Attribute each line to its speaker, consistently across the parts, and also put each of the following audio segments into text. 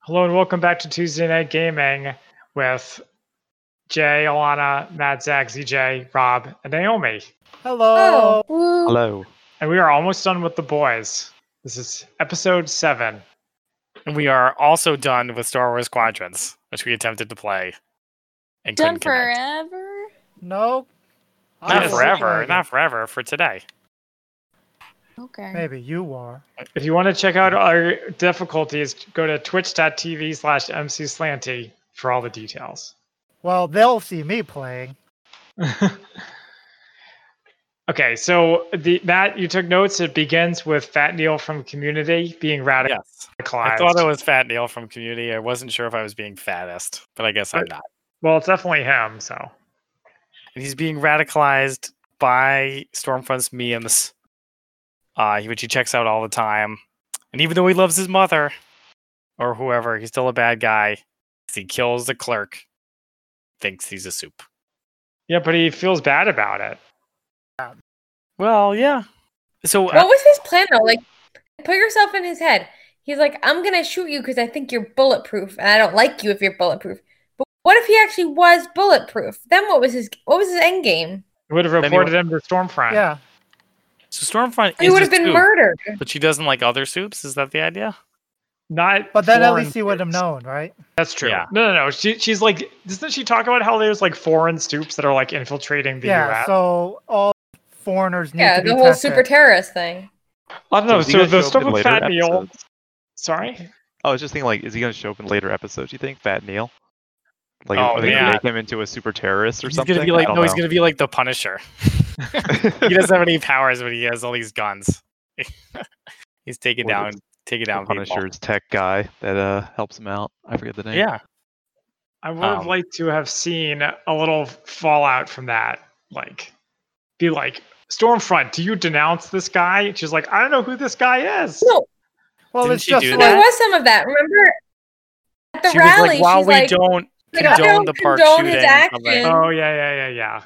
Speaker 1: Hello and welcome back to Tuesday Night Gaming with Jay, Alana, Matt, Zach, ZJ, Rob, and Naomi.
Speaker 2: Oh.
Speaker 3: Hello.
Speaker 2: Woo.
Speaker 4: Hello.
Speaker 1: And we are almost done with the boys. This is episode seven.
Speaker 3: And we are also done with Star Wars Squadrons, which we attempted to play. And
Speaker 2: Done
Speaker 3: couldn't connect.
Speaker 2: forever.
Speaker 5: Nope.
Speaker 1: I
Speaker 3: Not
Speaker 1: was
Speaker 3: forever. Not forever. For today.
Speaker 2: Okay.
Speaker 5: Maybe you are.
Speaker 1: If you want to check out our difficulties, go to twitch.tv slash mcslanty for all the details.
Speaker 5: Well, they'll see me playing.
Speaker 1: okay, so the Matt, you took notes. It begins with Fat Neil from Community being radicalized.
Speaker 3: Yes. I thought it was Fat Neil from Community. I wasn't sure if I was being fattest, but I guess I'm
Speaker 1: Right.
Speaker 3: not.
Speaker 1: well, it's definitely him. So
Speaker 3: And he's being radicalized by Stormfront's memes, uh, he- which he checks out all the time. And even though he loves his mother or whoever, he's still a bad guy. 'cause He kills the clerk, thinks he's a soup.
Speaker 1: yeah, but he feels bad about it.
Speaker 3: Well, yeah. So uh,
Speaker 2: What was his plan though? Like, put yourself in his head. He's like, I'm gonna shoot you because I think you're bulletproof, and I don't like you if you're bulletproof. But what if he actually was bulletproof? Then what was his what was his end game?
Speaker 1: He would have
Speaker 3: he
Speaker 1: reported him to Stormfront.
Speaker 5: Yeah.
Speaker 3: So Stormfront
Speaker 2: He
Speaker 3: is
Speaker 2: would have
Speaker 3: a
Speaker 2: been
Speaker 3: soup,
Speaker 2: murdered.
Speaker 3: but she doesn't like other soups. Is that the idea?
Speaker 1: not.
Speaker 5: But then at
Speaker 1: foreign
Speaker 5: least he would have
Speaker 1: soups.
Speaker 5: known, right?
Speaker 1: That's true.
Speaker 3: Yeah.
Speaker 1: No, no, no. She, she's like, doesn't she talk about how there's like foreign stoops that are like infiltrating the
Speaker 5: yeah.
Speaker 1: U.S.?
Speaker 5: So all foreigners need
Speaker 2: Yeah,
Speaker 5: to be
Speaker 2: the whole
Speaker 5: tested.
Speaker 2: super terrorist thing.
Speaker 1: I don't know.
Speaker 4: Is he
Speaker 1: So
Speaker 4: gonna
Speaker 1: the
Speaker 4: show up
Speaker 1: stuff
Speaker 4: in
Speaker 1: with
Speaker 4: later
Speaker 1: Fat Neil.
Speaker 4: episodes? Oh,
Speaker 1: Sorry.
Speaker 4: I was just thinking, like, is he going to show up in later episodes? You think Fat Neil? Like,
Speaker 3: Oh,
Speaker 4: are they
Speaker 3: man.
Speaker 4: gonna make him into a super terrorist or
Speaker 3: he's
Speaker 4: something?
Speaker 3: gonna be
Speaker 4: I
Speaker 3: like
Speaker 4: don't
Speaker 3: no, he's
Speaker 4: know.
Speaker 3: gonna be like the Punisher. he doesn't have any powers, but he has all these guns. he's taking
Speaker 4: What
Speaker 3: down
Speaker 4: is
Speaker 3: taking
Speaker 4: The
Speaker 3: down people.
Speaker 4: Punisher's tech guy that uh helps him out. I forget the name.
Speaker 3: Yeah,
Speaker 1: I would have
Speaker 3: Um,
Speaker 1: liked to have seen a little fallout from that. Like, be like, Stormfront, do you denounce this guy? And She's like, I don't know who this guy is.
Speaker 2: No,
Speaker 5: Well,
Speaker 3: Didn't
Speaker 5: it's
Speaker 3: she
Speaker 5: just
Speaker 3: do
Speaker 2: and
Speaker 3: that?
Speaker 2: there
Speaker 5: like-
Speaker 2: was some of that. Remember at the
Speaker 3: she was
Speaker 2: rally,
Speaker 3: like, while
Speaker 2: she's
Speaker 3: we
Speaker 2: like,
Speaker 3: don't
Speaker 2: like, I
Speaker 3: condone
Speaker 2: don't
Speaker 3: the park
Speaker 2: condone his
Speaker 3: shooting," I'm like,
Speaker 2: actions.
Speaker 1: Oh yeah, yeah, yeah, yeah.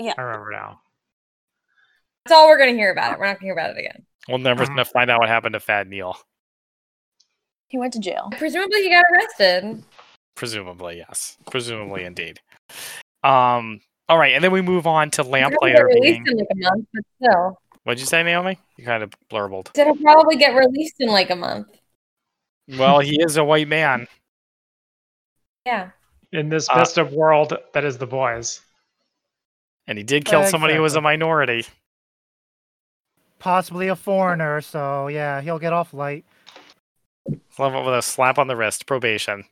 Speaker 2: Yeah.
Speaker 1: I remember now.
Speaker 2: That's all we're gonna hear about it. We're not gonna hear about it again.
Speaker 3: we'll never
Speaker 4: Uh-huh.
Speaker 1: Mhm.
Speaker 3: find out what happened to Fat Neil.
Speaker 2: He went to jail. Presumably, he got arrested.
Speaker 3: Presumably, yes. Presumably, indeed. Um. All right, and then we move on to
Speaker 2: He probably
Speaker 3: Lamplighter
Speaker 2: got
Speaker 3: being.
Speaker 2: released in like a month, but still.
Speaker 3: What'd you say, Naomi? You kind of blurbled.
Speaker 2: It'll probably get released in like a month.
Speaker 3: Well, he is a white man.
Speaker 2: Yeah.
Speaker 1: In this
Speaker 3: Uh,
Speaker 1: best of world that is the boys.
Speaker 3: And he did kill somebody who was a
Speaker 5: Exactly.
Speaker 3: minority.
Speaker 5: possibly a foreigner, so yeah, he'll get off light.
Speaker 3: Love it with a slap on the wrist, probation.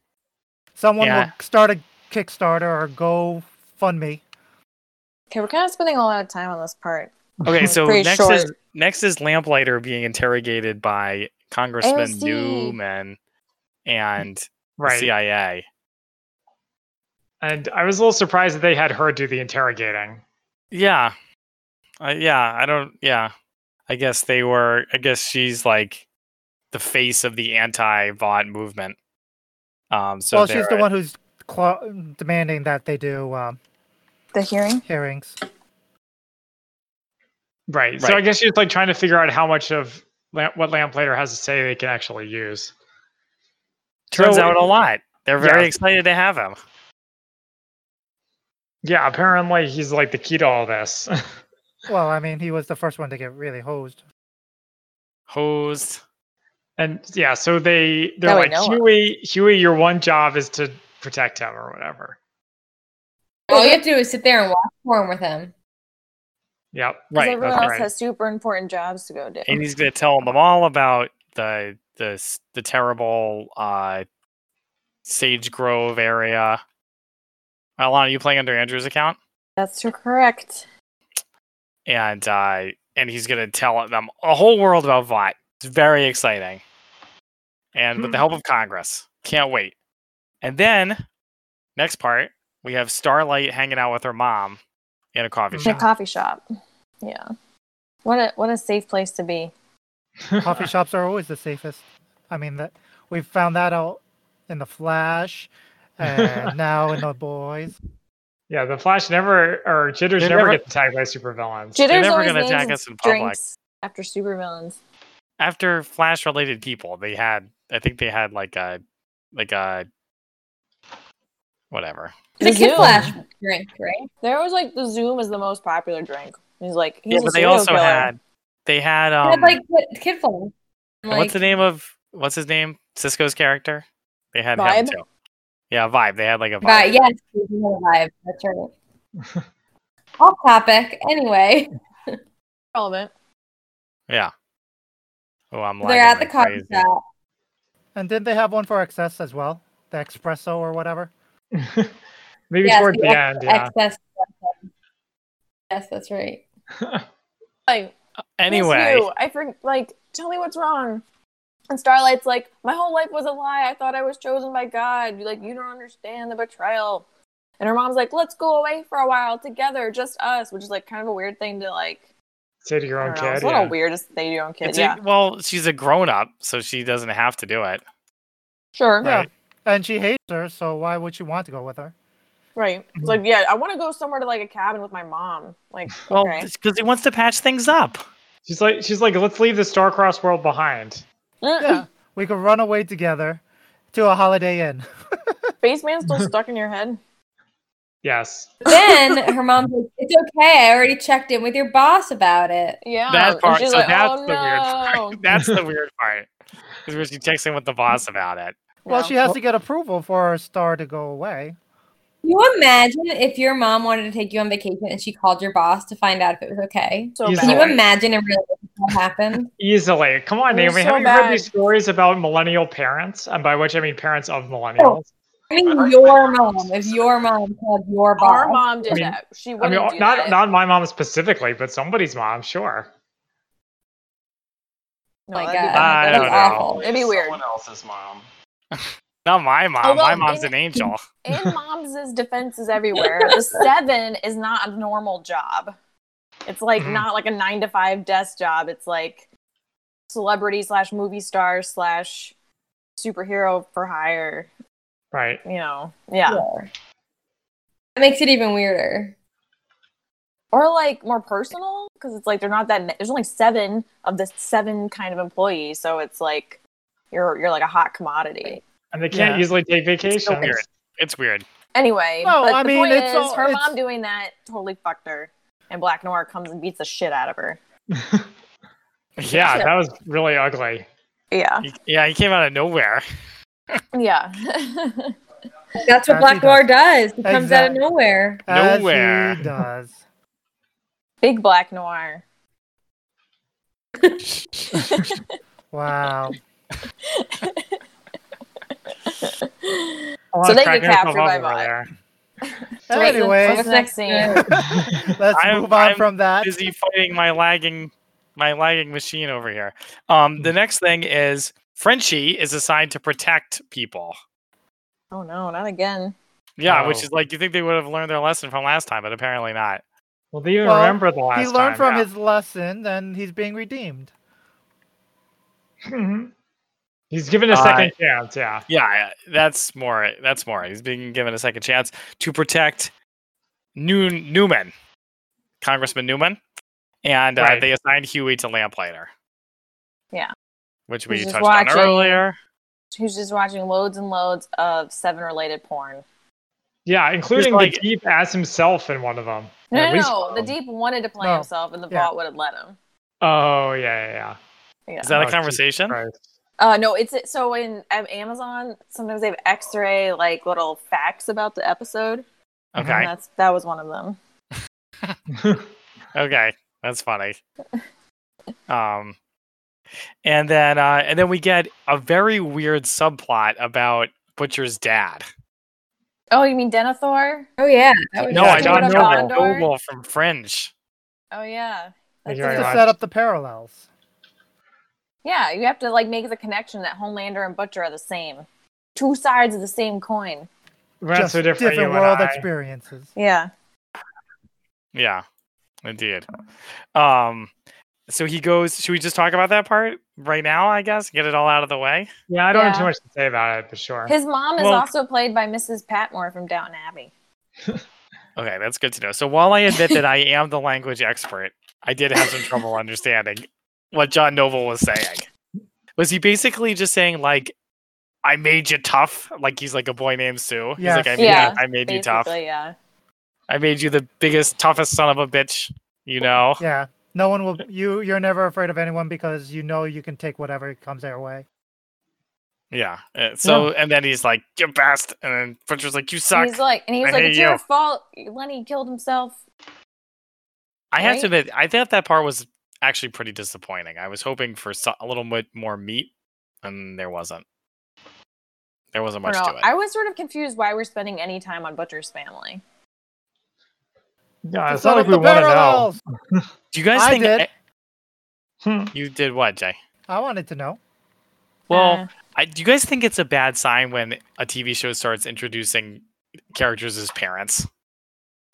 Speaker 5: Someone
Speaker 3: Yeah.
Speaker 5: will start a Kickstarter or go fund me.
Speaker 6: Okay, we're kind of spending a lot of time on this part.
Speaker 3: Okay,
Speaker 6: It's
Speaker 3: so
Speaker 6: pretty
Speaker 3: next
Speaker 6: short.
Speaker 3: is next is Lamplighter being interrogated by Congressman
Speaker 6: AOC.
Speaker 3: Newman and the
Speaker 1: Right.
Speaker 3: CIA.
Speaker 1: And I was a little surprised that they had her do the interrogating.
Speaker 3: Yeah, I yeah, I don't. Yeah, I guess they were. I guess she's like the face of the anti-Vaught movement. Um, so
Speaker 5: well, she's
Speaker 3: they're-
Speaker 5: the one who's cla- demanding that they do um,
Speaker 6: The hearing?
Speaker 5: hearings.
Speaker 1: Right. So I
Speaker 3: Right.
Speaker 1: guess she's like trying to figure out how much of Lam- what Lamplater has to say they can actually use.
Speaker 3: turns
Speaker 1: so-
Speaker 3: out a lot. They're very
Speaker 1: Yeah.
Speaker 3: excited to have him.
Speaker 1: Yeah, apparently he's like the key to all this.
Speaker 5: Well, I mean, he was the first one to get really hosed.
Speaker 3: Hosed.
Speaker 1: And yeah, so they they're
Speaker 6: Now we
Speaker 1: like
Speaker 6: know her.
Speaker 1: Huey, Huey, your one job is to protect him or whatever.
Speaker 2: All you have to do is sit there and watch porn with him.
Speaker 1: Yep.
Speaker 6: Because
Speaker 3: Right.
Speaker 6: everyone
Speaker 3: that's
Speaker 6: else
Speaker 3: right.
Speaker 6: has super important jobs to go do.
Speaker 3: and he's going to tell them all about the the s- the terrible uh, Sage Grove area. Alana, are you playing under Andrew's account?
Speaker 6: That's too correct.
Speaker 3: And uh, and he's going to tell them a whole world about Vought. It's very exciting, and with the help of Congress, can't wait. And then next part, we have Starlight hanging out with her mom in a coffee
Speaker 6: In a
Speaker 3: shop.
Speaker 6: coffee shop. Yeah. What a what a safe place to be.
Speaker 5: Coffee shops are always the safest. I mean, that we found that out in the Flash, and now in the Boys.
Speaker 1: Yeah, the Flash never or Jitters
Speaker 3: They
Speaker 1: never,
Speaker 3: never-
Speaker 1: get attacked by supervillains.
Speaker 6: Jitter's
Speaker 3: never
Speaker 6: always
Speaker 3: gonna
Speaker 6: names
Speaker 3: attack us in public.
Speaker 6: drinks after supervillains.
Speaker 3: after Flash related people, they had I think they had like a like a whatever.
Speaker 2: It's a
Speaker 6: The
Speaker 2: kid
Speaker 6: Zoom.
Speaker 2: flash drink, right?
Speaker 6: There was like the Zoom is the most popular drink. He's like, he's
Speaker 3: yeah,
Speaker 6: a
Speaker 3: but they
Speaker 6: serial
Speaker 3: also
Speaker 6: killer.
Speaker 3: had they had um
Speaker 2: Had, like kid- kid flash.
Speaker 3: and what's the name of what's his name Cisco's character? They had him
Speaker 6: Vibe?
Speaker 3: too. Yeah, vibe. They had like a vibe.
Speaker 2: But yes, we can have a vibe. That's right. Off topic. Anyway,
Speaker 6: Relevant.
Speaker 3: Yeah. Oh, I'm like
Speaker 2: they're at the coffee
Speaker 3: crazy.
Speaker 2: shop.
Speaker 5: And didn't they have one for excess as well? The espresso or whatever?
Speaker 1: Maybe
Speaker 2: Yes,
Speaker 1: towards
Speaker 2: the
Speaker 1: the end, yeah.
Speaker 2: Excess. Yes, that's right.
Speaker 6: Like, Miss
Speaker 3: Anyway,
Speaker 6: you. I for like, tell me what's wrong. And Starlight's like, my whole life was a lie. I thought I was chosen by God. Like, you don't understand the betrayal. And her mom's like, let's go away for a while together, just us, which is like kind of a weird thing to like.
Speaker 1: Say to your
Speaker 6: I
Speaker 1: own
Speaker 6: don't know,
Speaker 1: kid.
Speaker 6: it's a little
Speaker 1: yeah.
Speaker 6: weird to say to your own kid.
Speaker 3: it's a-
Speaker 6: yeah,
Speaker 3: well, she's a grown up, so she doesn't have to do it.
Speaker 6: sure,
Speaker 5: Yeah.
Speaker 1: Right.
Speaker 5: And she hates her, so why would she want to go with her?
Speaker 6: right. It's like, yeah, I want to go somewhere to like a cabin with my mom. Like,
Speaker 3: Well,
Speaker 6: okay.
Speaker 3: because he wants to patch things up.
Speaker 1: She's like, she's like, let's leave the star-crossed world behind.
Speaker 6: Mm,
Speaker 5: Yeah. we could run away together to a holiday inn.
Speaker 6: Spaceman's still stuck in your head.
Speaker 1: Yes.
Speaker 2: then her mom's like, "It's okay. I already checked in with your boss about it."
Speaker 6: Yeah,
Speaker 3: that
Speaker 6: And
Speaker 3: part.
Speaker 6: she's
Speaker 3: So
Speaker 6: like,
Speaker 3: that's
Speaker 6: "Oh,
Speaker 3: the weird
Speaker 6: no."
Speaker 3: part. That's the weird part. Is where she checks in with the boss about it.
Speaker 5: Well,
Speaker 6: No.
Speaker 5: she has to get approval for her star to go away.
Speaker 2: Can you imagine if your mom wanted to take you on vacation and she called your boss to find out if it was okay?
Speaker 6: so
Speaker 1: He's
Speaker 6: bad.
Speaker 2: Can you
Speaker 1: Right.
Speaker 2: imagine in real life what happened?
Speaker 1: Easily. Come on,
Speaker 6: They're
Speaker 1: Naomi.
Speaker 6: so
Speaker 1: Haven't you heard
Speaker 6: bad.
Speaker 1: these stories about millennial parents? And by which I mean parents of
Speaker 6: Oh,
Speaker 1: millennials.
Speaker 2: I mean, your mom. If your mom called your boss,
Speaker 6: Our mom did
Speaker 1: I mean-
Speaker 6: that. She
Speaker 1: I
Speaker 6: wouldn't
Speaker 1: mean, oh, uh,
Speaker 6: do
Speaker 1: not
Speaker 6: that.
Speaker 1: not my mom specifically, but somebody's mom, sure.
Speaker 6: no,
Speaker 2: Oh my
Speaker 6: that'd be
Speaker 2: God,
Speaker 6: bad.
Speaker 3: I
Speaker 2: that's
Speaker 3: don't know.
Speaker 2: awful.
Speaker 6: It'd be weird.
Speaker 7: Someone else's mom.
Speaker 3: Not my mom. my
Speaker 6: Although
Speaker 3: mom's an
Speaker 6: in-
Speaker 3: angel.
Speaker 6: In mom's defense is everywhere. The seven is not a normal job. It's like
Speaker 3: Mm-hmm.
Speaker 1: Mhm.
Speaker 6: not like a nine to five desk job. It's like celebrity slash movie star slash superhero for hire.
Speaker 1: Right.
Speaker 6: You know, yeah.
Speaker 2: That makes it even weirder.
Speaker 6: Or like more personal because it's like they're not that. There's only seven of the seven kind of employees, so it's like you're you're like a hot commodity.
Speaker 1: And they can't
Speaker 5: Yeah.
Speaker 1: easily take vacations.
Speaker 3: weird. It's weird.
Speaker 6: Anyway,
Speaker 5: No,
Speaker 6: but
Speaker 5: I
Speaker 6: the
Speaker 5: mean,
Speaker 6: point
Speaker 5: it's
Speaker 6: is,
Speaker 5: all-
Speaker 6: her
Speaker 5: it's-
Speaker 6: mom doing that totally fucked her, and Black Noir comes and beats the shit out of her.
Speaker 1: yeah, that was really ugly.
Speaker 6: Yeah,
Speaker 3: He- yeah, he came out of nowhere.
Speaker 6: yeah.
Speaker 2: That's what
Speaker 5: As
Speaker 2: Black
Speaker 5: he
Speaker 2: Noir does. He comes out of
Speaker 5: Exactly.
Speaker 2: nowhere.
Speaker 5: As
Speaker 3: Nowhere.
Speaker 5: he does.
Speaker 6: Big Black Noir.
Speaker 5: Wow.
Speaker 1: I was
Speaker 6: So they
Speaker 1: cracking
Speaker 6: get
Speaker 1: myself
Speaker 6: captured by
Speaker 1: up over
Speaker 6: Vi.
Speaker 1: there.
Speaker 6: Wait,
Speaker 5: anyway,
Speaker 6: what's the next scene?
Speaker 5: let's
Speaker 3: I'm-
Speaker 5: move on
Speaker 3: I'm
Speaker 5: from that.
Speaker 3: busy fighting my lagging my lagging machine over here. Um, the next thing is Frenchie is assigned to protect people.
Speaker 6: Oh no, not again.
Speaker 3: Yeah, which
Speaker 1: Oh.
Speaker 3: is like you think they would have learned their lesson from last time, but apparently not.
Speaker 1: Well, do you
Speaker 5: Well,
Speaker 1: remember the last
Speaker 5: He
Speaker 1: time?
Speaker 5: learned from his lesson and he's being redeemed.
Speaker 1: Mhm. He's given a
Speaker 3: Uh,
Speaker 1: second chance, yeah.
Speaker 3: Yeah, yeah, that's more. it- That's more. it. He's being given a second chance to protect Noon Newman, Congressman Newman, and uh,
Speaker 1: Right.
Speaker 3: they assigned Huey to Lamplighter.
Speaker 6: Yeah.
Speaker 3: which we
Speaker 6: He's just
Speaker 3: touched on
Speaker 6: watching.
Speaker 3: earlier.
Speaker 6: Who's just watching loads and loads of seven related porn?
Speaker 1: Yeah, including
Speaker 3: like-
Speaker 1: the deep as himself in one of them.
Speaker 6: No,
Speaker 1: At
Speaker 6: no,
Speaker 1: least
Speaker 6: no.
Speaker 1: one
Speaker 6: The
Speaker 1: of them.
Speaker 6: deep wanted to play
Speaker 5: No.
Speaker 6: himself, and the
Speaker 5: Yeah.
Speaker 6: vault would have let him.
Speaker 1: Oh, yeah, yeah, yeah.
Speaker 6: Yeah.
Speaker 3: Is that
Speaker 1: Oh,
Speaker 3: a
Speaker 1: Jesus
Speaker 3: conversation?
Speaker 1: Christ.
Speaker 6: Uh, no, it's it. So in um, Amazon, sometimes they have X-ray like little facts about the episode.
Speaker 3: Okay,
Speaker 6: And that's that was one of them. Mm-hmm.
Speaker 3: okay, that's funny. um, and then uh, and then we get a very weird subplot about Butcher's dad.
Speaker 6: Oh, you mean Denethor?
Speaker 2: Oh yeah. That was
Speaker 3: No,
Speaker 1: Yeah,
Speaker 3: I
Speaker 1: John
Speaker 3: don't
Speaker 6: Kingdom
Speaker 3: know. John
Speaker 6: of Gondor?
Speaker 3: Noble from Fringe.
Speaker 6: Oh yeah.
Speaker 1: Thank
Speaker 6: That's
Speaker 1: you
Speaker 6: it.
Speaker 1: very
Speaker 5: Just to
Speaker 1: much.
Speaker 5: set up the parallels.
Speaker 6: Yeah, you have to like make the connection that Homelander and Butcher are the same, two sides of the same coin.
Speaker 1: We're not
Speaker 5: Just
Speaker 1: so different, you and
Speaker 5: world
Speaker 1: I.
Speaker 5: experiences.
Speaker 6: Yeah.
Speaker 3: Yeah, indeed. Um, so he goes. Should we just talk about that part right now? I guess get it all out of the way.
Speaker 1: Yeah, I don't have too
Speaker 6: Yeah.
Speaker 1: much to say about it, but sure.
Speaker 6: His mom is
Speaker 3: Well-
Speaker 6: also played by Mrs. Patmore from Downton Abbey.
Speaker 3: Okay, that's good to know. So while I admit that I am the language expert, I did have some trouble understanding what John Noble was saying. Was he basically just saying like, I made you tough. Like he's like a boy named Sue. He's like, I
Speaker 5: Yes.
Speaker 3: made,
Speaker 6: Yeah,
Speaker 3: I made you
Speaker 6: Basically,
Speaker 3: tough.
Speaker 6: yeah.
Speaker 3: I made you the biggest, toughest son of a bitch. You know.
Speaker 5: Yeah. No one will you you're never afraid of anyone because you know you can take whatever comes their way.
Speaker 3: Yeah. uh, So and then he's like, "You're best," and then Butcher's like, "You
Speaker 6: And
Speaker 3: suck."
Speaker 6: he's like, and he's
Speaker 3: I
Speaker 6: like,
Speaker 3: hate
Speaker 6: it's
Speaker 3: you."
Speaker 6: your fault. Lenny killed himself.
Speaker 3: I have
Speaker 6: right?
Speaker 3: to admit, I thought that part was actually pretty disappointing. I was hoping for so- a little bit more meat, and there wasn't. There wasn't
Speaker 6: I
Speaker 3: much
Speaker 6: don't
Speaker 3: to
Speaker 6: know.
Speaker 3: it.
Speaker 6: I was sort of confused why we're spending any time on Butcher's family.
Speaker 1: Yeah, Uh, it's
Speaker 5: Son
Speaker 1: not like
Speaker 5: of
Speaker 1: we
Speaker 5: the
Speaker 1: want to know.
Speaker 5: parallels!
Speaker 3: Do you guys
Speaker 5: I
Speaker 3: think
Speaker 5: did.
Speaker 3: eh,
Speaker 1: Hmm.
Speaker 3: you did what, Jay?
Speaker 5: I wanted to know.
Speaker 3: Well,
Speaker 6: Uh,
Speaker 3: I, do you guys think it's a bad sign when a TV show starts introducing characters as parents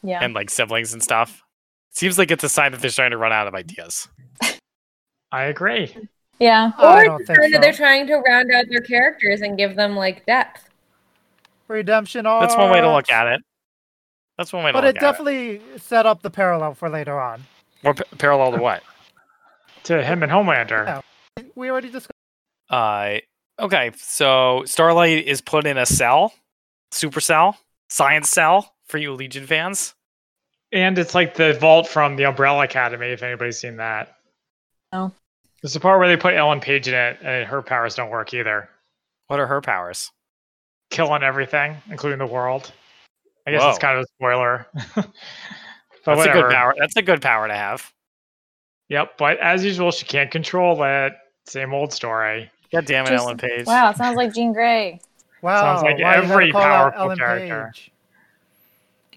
Speaker 6: yeah.
Speaker 3: and like siblings and stuff? Seems like it's a sign that they're starting to run out of ideas.
Speaker 1: I agree.
Speaker 6: yeah.
Speaker 5: I
Speaker 2: Or
Speaker 5: don't think
Speaker 2: Kinda they're
Speaker 5: so.
Speaker 2: trying to round out their characters and give them like depth.
Speaker 5: Redemption arcs.
Speaker 3: That's one way to look at it. That's one way to
Speaker 5: Uh, But
Speaker 3: look
Speaker 5: it
Speaker 3: at it.
Speaker 5: definitely set up the parallel for later on.
Speaker 3: Or p- parallel to what?
Speaker 1: To him and Homelander.
Speaker 5: Yeah. We already discussed
Speaker 3: Uh, okay, so Starlight is put in a cell, supercell, science cell for you Legion fans.
Speaker 1: And it's like the vault from the Umbrella Academy, if anybody's seen that.
Speaker 6: No.
Speaker 1: There's the part where they put Ellen Page in it and her powers don't work either.
Speaker 3: What are her powers?
Speaker 1: Killing everything, including the world. I guess it's
Speaker 3: Whoa.
Speaker 1: kind of a spoiler. but
Speaker 3: That's a
Speaker 1: Oh, whatever.
Speaker 3: good power. That's a good power to have.
Speaker 1: Yep, but as usual, she can't control it. Same old story.
Speaker 3: God damn it,
Speaker 6: Just-
Speaker 3: Ellen Page.
Speaker 6: Wow, it sounds like Jean Grey.
Speaker 5: Wow.
Speaker 1: like
Speaker 5: why you gotta
Speaker 1: every
Speaker 5: call out
Speaker 1: powerful
Speaker 5: Ellen
Speaker 1: character.
Speaker 5: Page?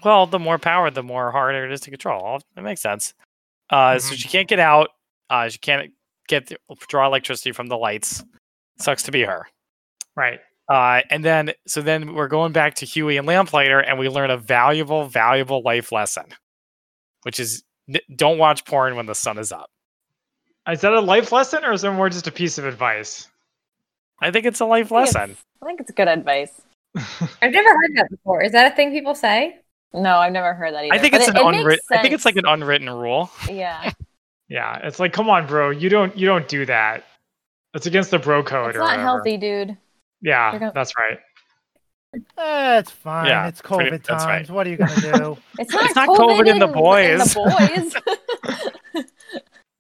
Speaker 3: Well, the more power, the more harder it is to control. That makes sense. Uh, So she can't get out. Uh, she can't get the, draw electricity from the lights. Sucks to be her.
Speaker 1: Right.
Speaker 3: Uh, and then, so then we're going back to Huey and Lamplighter, and we learn a valuable, valuable life lesson, which is n- don't watch porn when the sun is up.
Speaker 1: Is that a life lesson or is it more just a piece of advice?
Speaker 3: I think it's a life
Speaker 6: I think it's-
Speaker 3: lesson.
Speaker 6: I think it's good advice.
Speaker 2: I've never heard that before. Is that a thing people say?
Speaker 6: No, I've never heard that either.
Speaker 3: I think
Speaker 6: but
Speaker 3: it's
Speaker 6: it-
Speaker 3: an
Speaker 6: it makes
Speaker 3: unwritten. I think it's like
Speaker 6: sense.
Speaker 3: an unwritten rule.
Speaker 6: Yeah.
Speaker 1: Yeah, it's like, come on, bro, you don't you don't do that. It's against the bro code
Speaker 6: It's
Speaker 1: or
Speaker 6: not
Speaker 1: whatever.
Speaker 6: healthy, dude.
Speaker 1: Yeah,
Speaker 6: You're gonna-
Speaker 1: that's right.
Speaker 5: Eh, it's fine.
Speaker 3: Yeah,
Speaker 5: it's COVID
Speaker 3: pretty- that's
Speaker 5: times.
Speaker 3: right.
Speaker 5: What are you gonna do?
Speaker 6: It's not,
Speaker 3: It's not
Speaker 6: COVID,
Speaker 3: COVID in the
Speaker 6: the boys.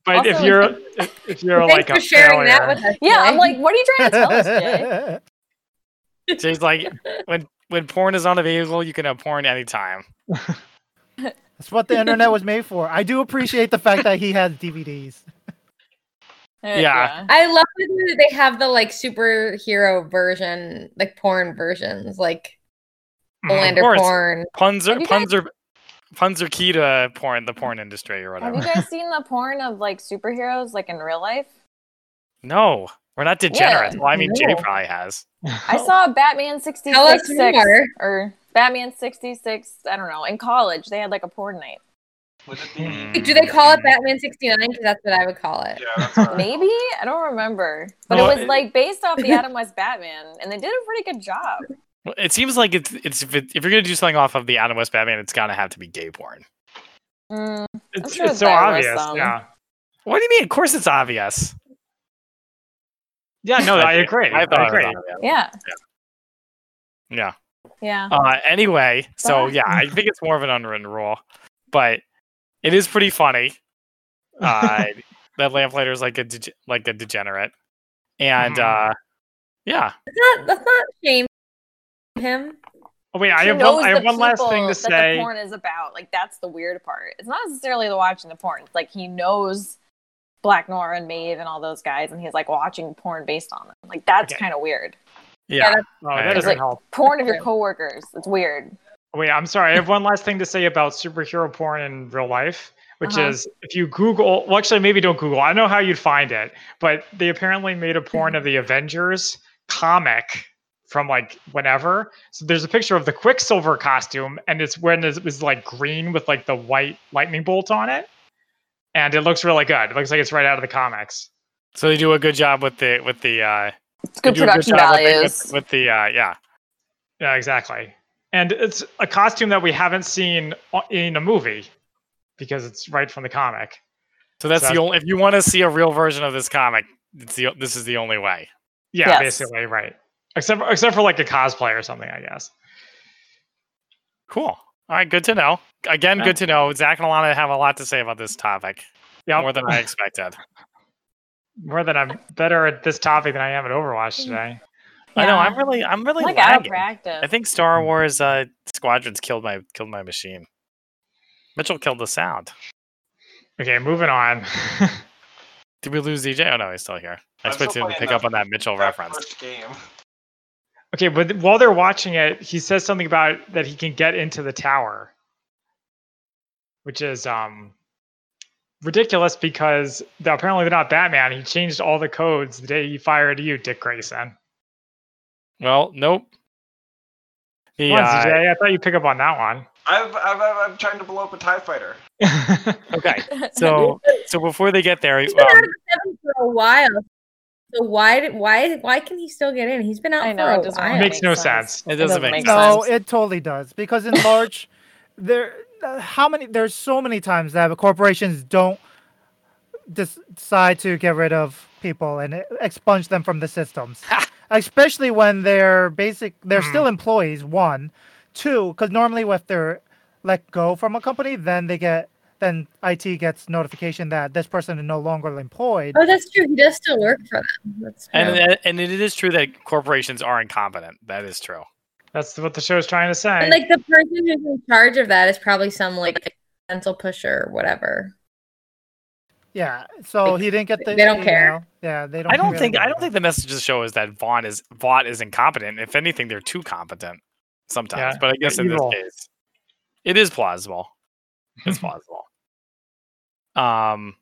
Speaker 1: But if
Speaker 6: Also-
Speaker 1: you're if, if you're
Speaker 2: Thanks
Speaker 1: like
Speaker 2: for
Speaker 1: a
Speaker 2: sharing
Speaker 1: failure,
Speaker 2: that with us.
Speaker 6: yeah, I'm
Speaker 2: Jay.
Speaker 6: like, what are you trying to tell us, Jay?
Speaker 3: She's like, when when porn is unavailable, you can have porn anytime.
Speaker 5: That's what the internet was made for. I do appreciate the fact that he has DVDs.
Speaker 6: Eh,
Speaker 3: Yeah.
Speaker 2: I love that they have the like superhero version, like porn versions, like
Speaker 3: Mhm.
Speaker 1: Mm, hmm,
Speaker 2: Blender
Speaker 3: Of course.
Speaker 2: porn.
Speaker 3: Puns are
Speaker 6: Have you guys-
Speaker 3: puns are puns are key to porn, the porn industry or
Speaker 6: Have you
Speaker 3: whatever.
Speaker 6: guys seen the porn of like superheroes like in real life?
Speaker 3: No, we're not degenerates.
Speaker 6: Yeah,
Speaker 3: well, I mean, Jay
Speaker 2: no.
Speaker 3: probably has.
Speaker 6: I
Speaker 3: Oh.
Speaker 6: saw Batman
Speaker 2: Tell us
Speaker 6: 66
Speaker 2: more.
Speaker 6: or Batman 66, I don't know, in college. They had like a porn night.
Speaker 4: Was it
Speaker 3: the-
Speaker 2: Do they call it Batman 69? Because that's what I would call it.
Speaker 6: Maybe? I don't remember. But
Speaker 3: Well,
Speaker 6: it was
Speaker 3: it-
Speaker 6: like based off the Adam West Batman, and they did a pretty good job.
Speaker 3: Well, It seems like it's it's if, it, if you're gonna do something off of the Adam West Batman, it's gotta have to be gay porn.
Speaker 6: Mm,
Speaker 1: it's,
Speaker 6: sure
Speaker 1: it's so
Speaker 6: there were
Speaker 1: obvious.
Speaker 6: some.
Speaker 1: Yeah.
Speaker 3: What do you mean? Of course, it's obvious.
Speaker 1: Yeah, no, I agree. I,
Speaker 3: I thought it was
Speaker 1: agree.
Speaker 3: obvious.
Speaker 6: yeah.
Speaker 3: Yeah.
Speaker 6: Yeah.
Speaker 3: Uh, anyway, so
Speaker 6: But-
Speaker 3: yeah, I think it's more of an unwritten rule, but it is pretty funny. uh, that Lamplighter's like a dege- like a degenerate, and
Speaker 1: Mhm.
Speaker 3: uh, yeah,
Speaker 2: That's not, that's not shame him.
Speaker 1: Oh, wait, I
Speaker 6: He
Speaker 1: have
Speaker 6: knows
Speaker 1: one, I
Speaker 6: the
Speaker 1: have one last thing
Speaker 6: people
Speaker 1: to
Speaker 6: That the
Speaker 1: say.
Speaker 6: porn is about. Like, that's the weird part. It's not necessarily the watching the porn. It's like he knows Black Nora and Maeve and all those guys, and he's like watching porn based on them. Like, that's
Speaker 1: Okay.
Speaker 6: kind of weird.
Speaker 3: yeah,
Speaker 1: Oh,
Speaker 3: It's
Speaker 1: that doesn't
Speaker 6: like-
Speaker 1: help.
Speaker 6: Porn of your coworkers. It's weird.
Speaker 1: Wait, I'm sorry. I have one last thing to say about superhero porn in real life, which
Speaker 6: Uh-huh.
Speaker 1: is if you Google, well, actually, maybe don't Google. I know how you'd find it, but they apparently made a porn of the Avengers comic from like whenever. So there's a picture of the Quicksilver costume, and it's when it was like green with like the white lightning bolt on it, and it looks really good. It looks like it's right out of the comics.
Speaker 3: So they do a good job with the with the uh,
Speaker 6: It's good
Speaker 3: they do a
Speaker 6: production
Speaker 3: job with the-
Speaker 6: values.
Speaker 3: with, with the uh, yeah.
Speaker 1: Yeah, exactly. And it's a costume that we haven't seen o- in a movie because it's right from the comic.
Speaker 3: So that's the
Speaker 1: Exactly.
Speaker 3: only if you want to see a real version of this comic, it's the, this is the only way.
Speaker 1: Yeah,
Speaker 6: Yes.
Speaker 1: basically, right. Except for, except for like a cosplay or something, I guess.
Speaker 3: Cool. All right, good to know. Again,
Speaker 1: Yeah.
Speaker 3: good to know. Zach and Alana have a lot to say about this topic.
Speaker 1: Yeah,
Speaker 3: More than I expected.
Speaker 1: more than I'm better at this topic than I am at Overwatch today.
Speaker 3: I know.
Speaker 6: Yeah.
Speaker 3: I'm really, I'm really
Speaker 6: like out of
Speaker 3: lagging.
Speaker 6: practice.
Speaker 3: I think Star Wars uh, Squadrons killed my killed my machine. Mitchell killed the sound.
Speaker 1: Okay, moving on.
Speaker 3: Did we lose DJ? Oh no, he's still here. I
Speaker 7: I'm still
Speaker 3: expected him to
Speaker 7: playing
Speaker 3: pick
Speaker 7: the-
Speaker 3: up on that Mitchell
Speaker 7: That
Speaker 3: reference.
Speaker 7: first game.
Speaker 1: okay, but while they're watching it, he says something about that he can get into the tower, which is um ridiculous because they're- apparently they're not Batman. He changed all the codes the day he fired you, Dick Grayson.
Speaker 3: Well, nope. The,
Speaker 1: Come on,
Speaker 3: uh,
Speaker 1: CJ, I thought you'd pick up on that one.
Speaker 7: I've, I've, I've, I'm trying to blow up a TIE fighter.
Speaker 3: uh, okay, so so before they get there,
Speaker 2: He's been out
Speaker 3: um,
Speaker 2: of the seven for a while. So why did why why can he still get in? He's been out
Speaker 6: I
Speaker 2: for
Speaker 6: know, it
Speaker 2: a
Speaker 6: doesn't
Speaker 2: while.
Speaker 1: it makes
Speaker 6: make
Speaker 1: no
Speaker 6: sense.
Speaker 1: sense.
Speaker 3: Oh, it doesn't make sense.
Speaker 5: No,
Speaker 6: sense.
Speaker 5: it totally does because in large, there uh, how many there's so many times that corporations don't dis- decide to get rid of people and expunge them from the systems, especially when they're basic they're
Speaker 2: Hmm.
Speaker 5: still employees. One, two, because normally if they're let go from a company, then they get then IT gets notification that this person is no longer employed.
Speaker 2: Oh, that's true. He does still work for them. That's true.
Speaker 3: And it- and it is true that corporations are incompetent. That is true.
Speaker 1: That's what the show's trying to say.
Speaker 2: And like the person who's in charge of that is probably some like mental pusher or whatever.
Speaker 5: Yeah, so he didn't get the.
Speaker 2: They don't care.
Speaker 5: email. Yeah, they don't.
Speaker 3: I don't
Speaker 5: really
Speaker 3: think I don't
Speaker 5: care.
Speaker 3: think the message of the show is that Vaughn is Vaught is incompetent. If anything, they're too competent sometimes.
Speaker 1: Yeah,
Speaker 3: but I guess in this
Speaker 1: evil.
Speaker 3: case, it is plausible. It's plausible. Um,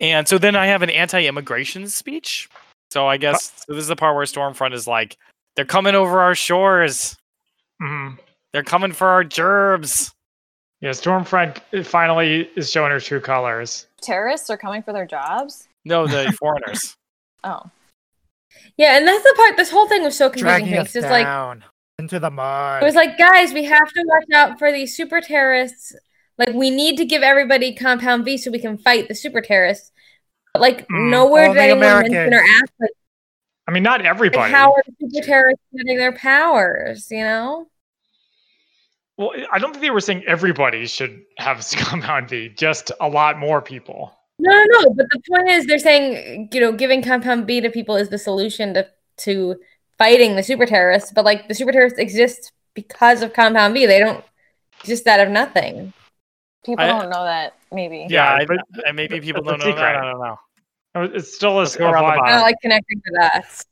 Speaker 3: and so then I have an anti-immigration speech. So
Speaker 1: Uh-huh.
Speaker 3: I guess so this is the part where Stormfront is like, they're coming over our shores.
Speaker 1: Mhm.
Speaker 3: They're coming for our gerbs.
Speaker 1: Yeah, Stormfront finally is showing her true colors.
Speaker 6: Terrorists are coming for their jobs.
Speaker 3: No, the foreigners.
Speaker 6: Oh,
Speaker 2: Yeah, and that's the part. This whole thing was so confusing
Speaker 5: dragging
Speaker 2: to me. 'cause
Speaker 5: us
Speaker 2: It's like
Speaker 5: down into the mud.
Speaker 2: it was like, guys, we have to watch out for these super terrorists. Like, we need to give everybody Compound V so we can fight the super terrorists. But like,
Speaker 1: Mm,
Speaker 2: nowhere did
Speaker 5: only
Speaker 2: anyone mention
Speaker 5: Americans.
Speaker 2: or ask like,
Speaker 1: I mean, not
Speaker 2: like,
Speaker 1: everybody.
Speaker 2: how are the super terrorists getting their powers? You know?
Speaker 1: well, I don't think they were saying everybody should have compound V, just a lot more people.
Speaker 2: No, no, no. But the point is, they're saying you know giving Compound B to people is the solution to to fighting the super terrorists. But like, the super terrorists exist because of Compound B. They don't exist out of nothing.
Speaker 6: people
Speaker 3: I-
Speaker 6: don't know that. Maybe.
Speaker 3: Yeah,
Speaker 1: Yeah,
Speaker 3: I-
Speaker 1: but
Speaker 3: and maybe people
Speaker 1: that's
Speaker 3: don't
Speaker 1: a
Speaker 3: know. that.
Speaker 1: secret.
Speaker 3: I don't know.
Speaker 1: It was- It still is
Speaker 3: go around the
Speaker 1: lot-
Speaker 3: bottom.
Speaker 2: Not like connecting to that.